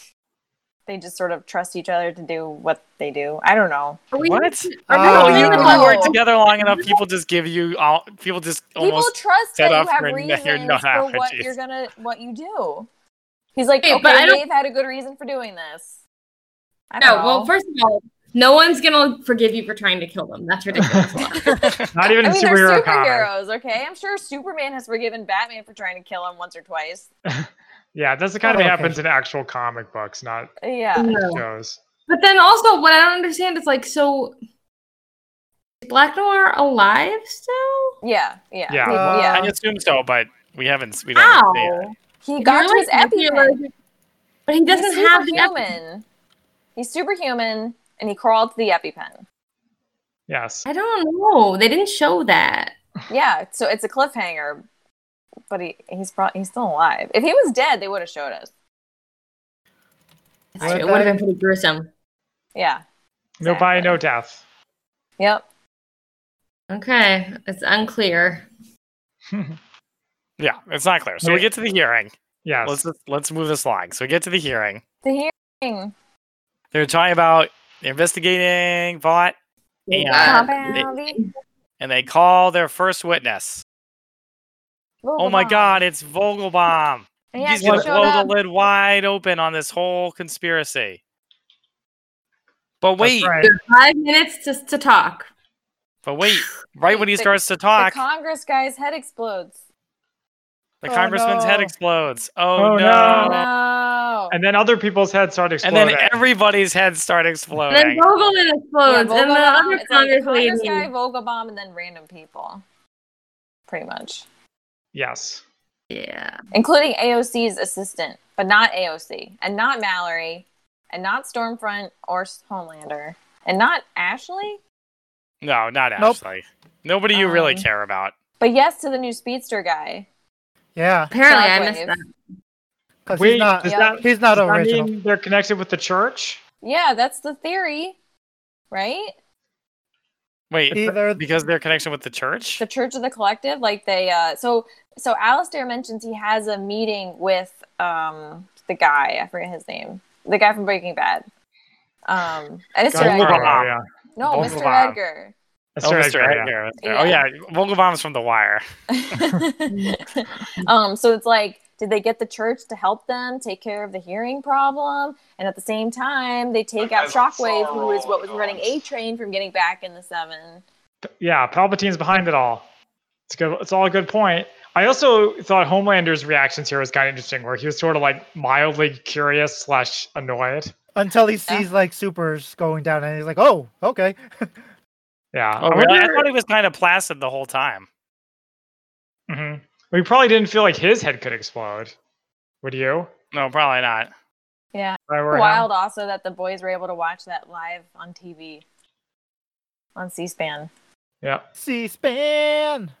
Speaker 6: they just sort of trust each other to do what they do. I don't know.
Speaker 2: Are we-
Speaker 3: What?
Speaker 2: Are we-
Speaker 6: Uh,
Speaker 5: Oh,
Speaker 3: no, you,
Speaker 5: no.
Speaker 3: you work together long enough, people just give you all, people just
Speaker 6: people
Speaker 3: almost.
Speaker 6: trust
Speaker 3: set
Speaker 6: that
Speaker 3: off
Speaker 6: you have
Speaker 3: your- your
Speaker 6: reasons
Speaker 3: nut
Speaker 6: for what
Speaker 3: allergies.
Speaker 6: you're gonna what you do. He's like,
Speaker 2: Hey,
Speaker 6: okay,
Speaker 2: but I don't-
Speaker 6: Dave had a good reason for doing this. I don't
Speaker 2: No,
Speaker 6: know.
Speaker 2: well, first of all, no one's gonna forgive you for trying to kill them. That's ridiculous.
Speaker 1: Not even
Speaker 6: I
Speaker 1: a
Speaker 6: mean,
Speaker 1: superhero
Speaker 6: they're
Speaker 1: comic.
Speaker 6: superheroes, okay? I'm sure Superman has forgiven Batman for trying to kill him once or twice.
Speaker 1: Yeah, that's the
Speaker 6: Oh,
Speaker 1: kind of
Speaker 5: Okay.
Speaker 1: happens in actual comic books, not
Speaker 2: Mm.
Speaker 6: Yeah,
Speaker 1: shows.
Speaker 2: But then also, what I don't understand is like, so is Black Noir alive still?
Speaker 6: yeah, yeah,
Speaker 1: Yeah.
Speaker 5: Uh,
Speaker 6: yeah.
Speaker 3: I assume so, but we haven't. We don't see it.
Speaker 2: How?
Speaker 6: He got to his EpiPen.
Speaker 2: But he
Speaker 6: He's
Speaker 2: doesn't have the EpiPen.
Speaker 6: superhuman. He's superhuman, and he crawled to the EpiPen.
Speaker 1: Yes.
Speaker 2: I don't know. They didn't show that.
Speaker 6: Yeah, so it's a cliffhanger, but he he's pro- he's still alive. If he was dead, they would have showed us.
Speaker 2: That's
Speaker 5: Well,
Speaker 2: true. It would have
Speaker 5: then-
Speaker 2: been pretty gruesome.
Speaker 6: Yeah.
Speaker 1: No buy,
Speaker 6: exactly.
Speaker 1: no death.
Speaker 6: Yep.
Speaker 2: Okay, it's unclear.
Speaker 3: Yeah, it's not clear. So we
Speaker 1: Yeah.
Speaker 3: get to the hearing.
Speaker 1: Yes.
Speaker 3: Let's just- let's move this along. So we get to the hearing.
Speaker 6: The hearing.
Speaker 3: They're talking about they're investigating Vought, Yeah.
Speaker 2: Uh,
Speaker 6: Compounding.
Speaker 3: and they call their first witness. Oh my
Speaker 6: Vogelbaum.
Speaker 3: God, it's Vogelbaum.
Speaker 6: And he
Speaker 3: He's
Speaker 6: actually
Speaker 3: gonna
Speaker 6: showed
Speaker 3: blow
Speaker 6: up.
Speaker 3: the lid wide open on this whole conspiracy. But
Speaker 1: That's
Speaker 3: wait,
Speaker 1: right.
Speaker 2: you have five minutes to, to talk.
Speaker 3: but wait! Right when he
Speaker 6: The-
Speaker 3: starts to
Speaker 6: The
Speaker 3: talk,
Speaker 6: Congress guy's head explodes.
Speaker 3: the
Speaker 5: Oh,
Speaker 3: congressman's head
Speaker 5: no.
Speaker 3: explodes. Oh,
Speaker 1: Oh,
Speaker 3: no!
Speaker 1: no.
Speaker 6: No.
Speaker 1: And then other people's heads start
Speaker 3: And
Speaker 1: exploding.
Speaker 3: then everybody's heads start
Speaker 2: And then
Speaker 3: exploding.
Speaker 2: Vogelin
Speaker 6: Yeah,
Speaker 2: explodes, and the
Speaker 6: Vogelbaum.
Speaker 2: other
Speaker 6: It's like the
Speaker 2: Congress
Speaker 6: Congress
Speaker 2: lady.
Speaker 6: guy, Vogelbaum, and then random people. Pretty much.
Speaker 1: yes.
Speaker 2: Yeah.
Speaker 6: Including AOC's assistant, but not AOC. And not Mallory. And not Stormfront or S- Homelander. And not Ashley.
Speaker 3: No, not
Speaker 5: Nope.
Speaker 3: Ashley. Nobody you really
Speaker 6: Um,
Speaker 3: care about.
Speaker 6: But yes to the new speedster guy.
Speaker 5: Yeah,
Speaker 2: Apparently, I missed
Speaker 6: Shockwave.
Speaker 2: that.
Speaker 5: because
Speaker 1: Wait,
Speaker 5: he's not
Speaker 1: does
Speaker 6: Yeah.
Speaker 1: that,
Speaker 5: he's not
Speaker 1: does that
Speaker 5: original.
Speaker 1: mean they're connected with the church?
Speaker 6: Yeah, that's the theory, right?
Speaker 3: Wait,
Speaker 5: Either
Speaker 3: because their connection with the church?
Speaker 6: The Church of the Collective, like they uh so so Alistair mentions he has a meeting with um the guy, I forget his name. The guy from Breaking Bad. Um and Mr.
Speaker 3: Guy-
Speaker 6: Edgar.
Speaker 1: Oh, yeah.
Speaker 6: No,
Speaker 3: Both
Speaker 6: Mr.
Speaker 3: of them.
Speaker 6: Edgar.
Speaker 1: That's
Speaker 3: Oh,
Speaker 1: right,
Speaker 3: Mr.
Speaker 1: yeah.
Speaker 3: Edgar. that's right. Oh yeah, Vogelbaum's from The Wire.
Speaker 6: um, so it's like, did they get the church to help them take care of the hearing problem? And at the same time, they take out
Speaker 7: As I saw
Speaker 6: Shockwave, who is what was
Speaker 7: roll
Speaker 6: running
Speaker 7: on.
Speaker 6: A Train from getting back in the seven.
Speaker 1: yeah, Palpatine's behind it all. It's good. It's all a good point. I also thought Homelander's reactions here was kind of interesting, where he was sort of like mildly curious slash annoyed.
Speaker 5: until he sees like supers going down, and he's like, "Oh, okay."
Speaker 1: Yeah,
Speaker 3: Oh,
Speaker 1: I
Speaker 3: really? I
Speaker 1: wonder-
Speaker 3: thought he was kind of placid the whole time.
Speaker 1: Mhm. We probably didn't feel like his head could explode. Would you?
Speaker 3: No, probably not.
Speaker 6: Yeah.
Speaker 1: If I were him?
Speaker 6: Wild also that the boys were able to watch that live on TV on C SPAN.
Speaker 1: Yeah.
Speaker 5: C-SPAN.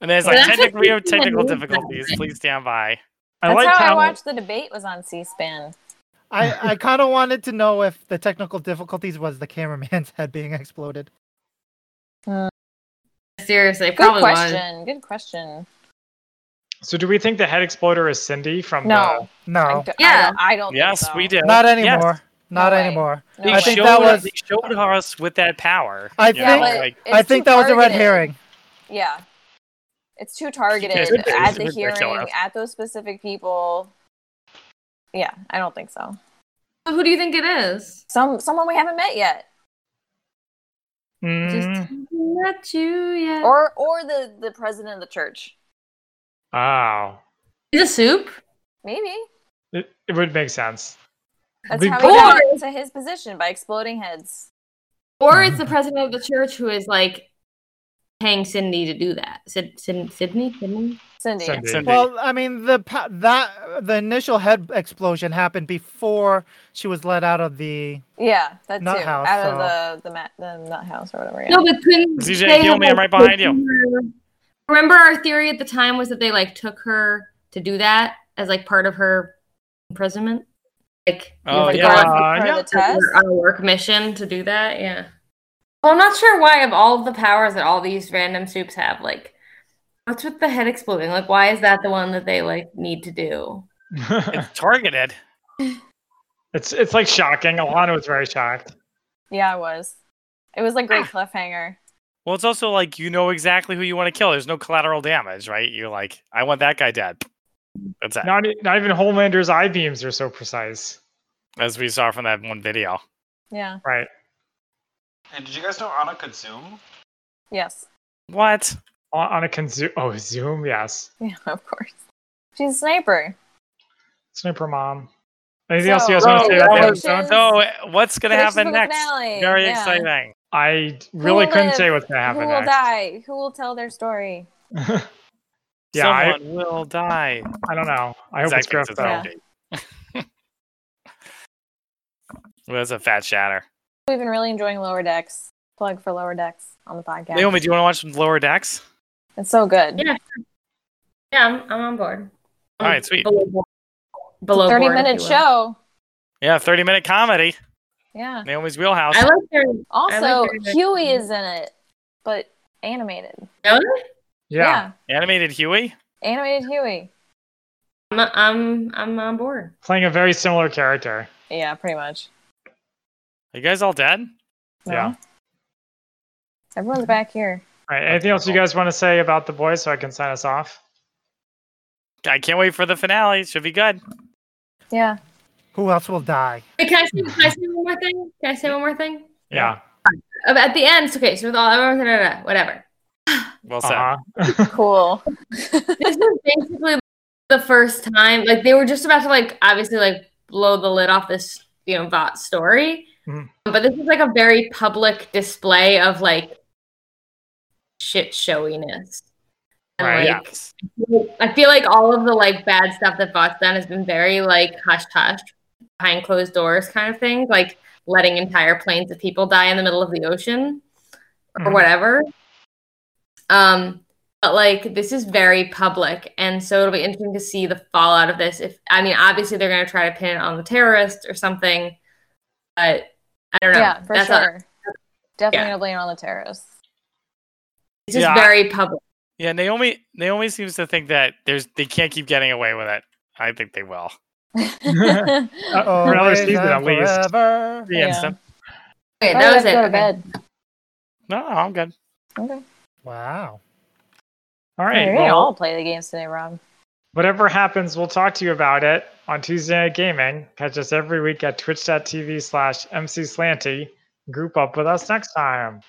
Speaker 3: And there's
Speaker 2: Well,
Speaker 3: like
Speaker 2: that's
Speaker 3: technic-
Speaker 2: what
Speaker 3: we have
Speaker 2: they do in
Speaker 3: technical
Speaker 2: Wolfman.
Speaker 3: difficulties. Please stand by.
Speaker 1: I
Speaker 6: That's
Speaker 1: like
Speaker 6: how I
Speaker 1: how.
Speaker 6: watched the debate was on C SPAN.
Speaker 5: I I kind of wanted to know if the technical difficulties was the cameraman's head being exploded.
Speaker 2: Seriously,
Speaker 6: Good
Speaker 2: probably was.
Speaker 6: question. Good question.
Speaker 1: so, do we think the head exploder is Cindy from?
Speaker 6: No. I
Speaker 5: No,
Speaker 6: d- I
Speaker 2: Yeah.
Speaker 6: don't, I don't
Speaker 3: Oh. Yes,
Speaker 6: think so.
Speaker 3: we did.
Speaker 5: not
Speaker 3: Yes.
Speaker 5: anymore. Not
Speaker 6: way.
Speaker 5: anymore.
Speaker 6: No
Speaker 3: They
Speaker 5: I
Speaker 6: way.
Speaker 5: think
Speaker 3: showed,
Speaker 5: that was-
Speaker 3: they showed us with that power.
Speaker 5: I
Speaker 3: you know,
Speaker 5: think-
Speaker 6: but
Speaker 3: like,
Speaker 6: it's
Speaker 5: I think
Speaker 6: too
Speaker 5: that was a red
Speaker 6: targeted.
Speaker 5: herring.
Speaker 6: Yeah. It's too
Speaker 3: It's
Speaker 6: targeted
Speaker 3: ridiculous.
Speaker 6: at the
Speaker 3: It's
Speaker 6: hearing,
Speaker 3: ridiculous.
Speaker 6: at those specific people. Yeah, I don't think so.
Speaker 2: So who do you think it is?
Speaker 6: Some someone we haven't met yet.
Speaker 1: the?
Speaker 2: Just
Speaker 1: Mm,
Speaker 2: haven't met you yet.
Speaker 6: Or or the the president of the church.
Speaker 1: oh,
Speaker 2: Is it soup?
Speaker 6: Maybe.
Speaker 1: it, it would make sense.
Speaker 6: That's
Speaker 1: Be-
Speaker 6: how he got into his position by exploding heads.
Speaker 2: Or it's the president of the church who is like paying Sydney to do that. Sid, Sid, Sydney, Sydney.
Speaker 6: Cindy.
Speaker 1: Cindy.
Speaker 3: Cindy.
Speaker 5: Well, I mean, the pa- that the initial head explosion happened before she was let out of the.
Speaker 6: Yeah, that
Speaker 5: Nut
Speaker 6: too.
Speaker 5: house,
Speaker 6: out of the the, mat, the nut house or whatever. Yeah.
Speaker 2: No, but couldn't
Speaker 3: CJ,
Speaker 2: they
Speaker 3: heal
Speaker 2: have,
Speaker 3: me, I'm
Speaker 2: like,
Speaker 3: right behind
Speaker 2: taken her- Remember our theory at the time was that they like took her to do that as like part of her imprisonment. Like you
Speaker 3: Oh,
Speaker 2: have to
Speaker 3: yeah.
Speaker 2: go on
Speaker 6: Part of
Speaker 1: yeah.
Speaker 6: the test.
Speaker 2: on a work mission to do that. Yeah. Well, I'm not sure why of all of the powers that all these random soups have, like, what's with the head exploding? Like, why is that the one that they like need to do?
Speaker 3: it's targeted.
Speaker 1: it's it's like shocking. Alana was very shocked.
Speaker 6: Yeah, I was. It was like
Speaker 2: Ah.
Speaker 6: great cliffhanger.
Speaker 3: Well, it's also like you know exactly who you want to kill. There's no collateral damage, right? You're like, I want that guy dead. That's it.
Speaker 1: Not e- not even Homelander's eye beams are so precise.
Speaker 3: As we saw from that one video.
Speaker 6: Yeah.
Speaker 1: Right.
Speaker 7: Hey, did you guys know Anna could zoom?
Speaker 6: Yes.
Speaker 3: What?
Speaker 1: On, on a can zoom. Oh, zoom. Yes.
Speaker 6: Yeah, of course. She's a sniper.
Speaker 1: Sniper mom. Anything else you
Speaker 6: So-
Speaker 1: guys want to
Speaker 3: Oh,
Speaker 1: say about the
Speaker 3: that
Speaker 6: was-
Speaker 1: episode?
Speaker 3: So, what's gonna
Speaker 6: Predictions for
Speaker 3: happen
Speaker 6: the
Speaker 3: next?
Speaker 6: finale,
Speaker 3: Very
Speaker 6: yeah.
Speaker 3: exciting.
Speaker 1: I really
Speaker 6: will
Speaker 1: couldn't
Speaker 6: live?
Speaker 1: say what's gonna
Speaker 6: Who
Speaker 1: happen
Speaker 6: will
Speaker 1: next.
Speaker 6: die? Who will tell their story?
Speaker 1: Yeah, I-
Speaker 3: Someone will die.
Speaker 1: I don't know. I hope
Speaker 3: Zach
Speaker 1: it's
Speaker 3: thinks
Speaker 1: Griff
Speaker 3: it's
Speaker 1: though.
Speaker 6: Yeah.
Speaker 3: Andy. well, that's a fat shatter.
Speaker 6: We've been really enjoying Lower Decks. Plug for Lower Decks on the podcast.
Speaker 3: Naomi, do you want to watch some Lower Decks?
Speaker 6: It's so good.
Speaker 2: Yeah. Yeah, I'm, I'm on board.
Speaker 3: All right, sweet.
Speaker 2: Below board. Below
Speaker 6: Thirty
Speaker 2: board, if
Speaker 6: minute
Speaker 2: you will.
Speaker 6: show.
Speaker 3: Yeah, 30 minute comedy.
Speaker 6: Yeah.
Speaker 3: Naomi's wheelhouse.
Speaker 2: I like their I
Speaker 6: Also,
Speaker 2: like very much.
Speaker 6: Huey is in it, but animated.
Speaker 1: Yeah.
Speaker 3: Animated Huey?
Speaker 6: Animated Huey.
Speaker 2: I'm, I'm, I'm on board.
Speaker 1: playing a very similar character.
Speaker 6: Yeah, pretty much.
Speaker 3: Are you guys all dead?
Speaker 6: No?
Speaker 1: Yeah.
Speaker 6: Everyone's back here.
Speaker 1: All right. Anything else you guys want to say about the boys so I can sign us off?
Speaker 3: I can't wait for the finale. Should be good.
Speaker 6: Yeah.
Speaker 5: Who else will die?
Speaker 2: Wait, can I say, can I say one more thing? Can I say one more thing?
Speaker 1: Yeah.
Speaker 2: Uh, At the end, it's okay, so with all, whatever.
Speaker 3: Well said.
Speaker 1: Uh-huh.
Speaker 6: Cool.
Speaker 2: this is basically the first time like they were just about to like obviously like blow the lid off this you know thought story
Speaker 1: Mhm.
Speaker 2: but this is like a very public display of like shit showiness and
Speaker 1: Right,
Speaker 2: like i feel like all of the like bad stuff that thought's done has been very like hush hush behind closed doors kind of thing like letting entire planes of people die in the middle of the ocean or
Speaker 1: Mhm.
Speaker 2: whatever um but like this is very public and so it'll be interesting to see the fallout of this if i mean obviously they're going to try to pin it on the terrorist or something but i don't know
Speaker 6: Yeah, for
Speaker 2: That's all-
Speaker 6: sure. Definitely gonna blame it on the terrorists.
Speaker 2: it's just
Speaker 3: Yeah.
Speaker 2: very public
Speaker 3: Yeah, Naomi. Naomi seems to think that there's they can't keep getting away with it. I think they will.
Speaker 5: Oh,
Speaker 1: For another season, at least.
Speaker 5: Forever.
Speaker 3: The end
Speaker 6: Yeah.
Speaker 3: stuff.
Speaker 2: okay,
Speaker 6: Probably
Speaker 2: that was
Speaker 6: have to
Speaker 2: it
Speaker 6: Go to
Speaker 2: Okay.
Speaker 6: bed.
Speaker 3: No, no, I'm good.
Speaker 6: Okay.
Speaker 5: Wow.
Speaker 1: All right.
Speaker 6: we
Speaker 1: Well,
Speaker 6: all play the games today, Rob.
Speaker 1: whatever happens, we'll talk to you about it on Tuesday Night Gaming. Catch us every week at twitch.tv slash mcslanty. Group up with us next time.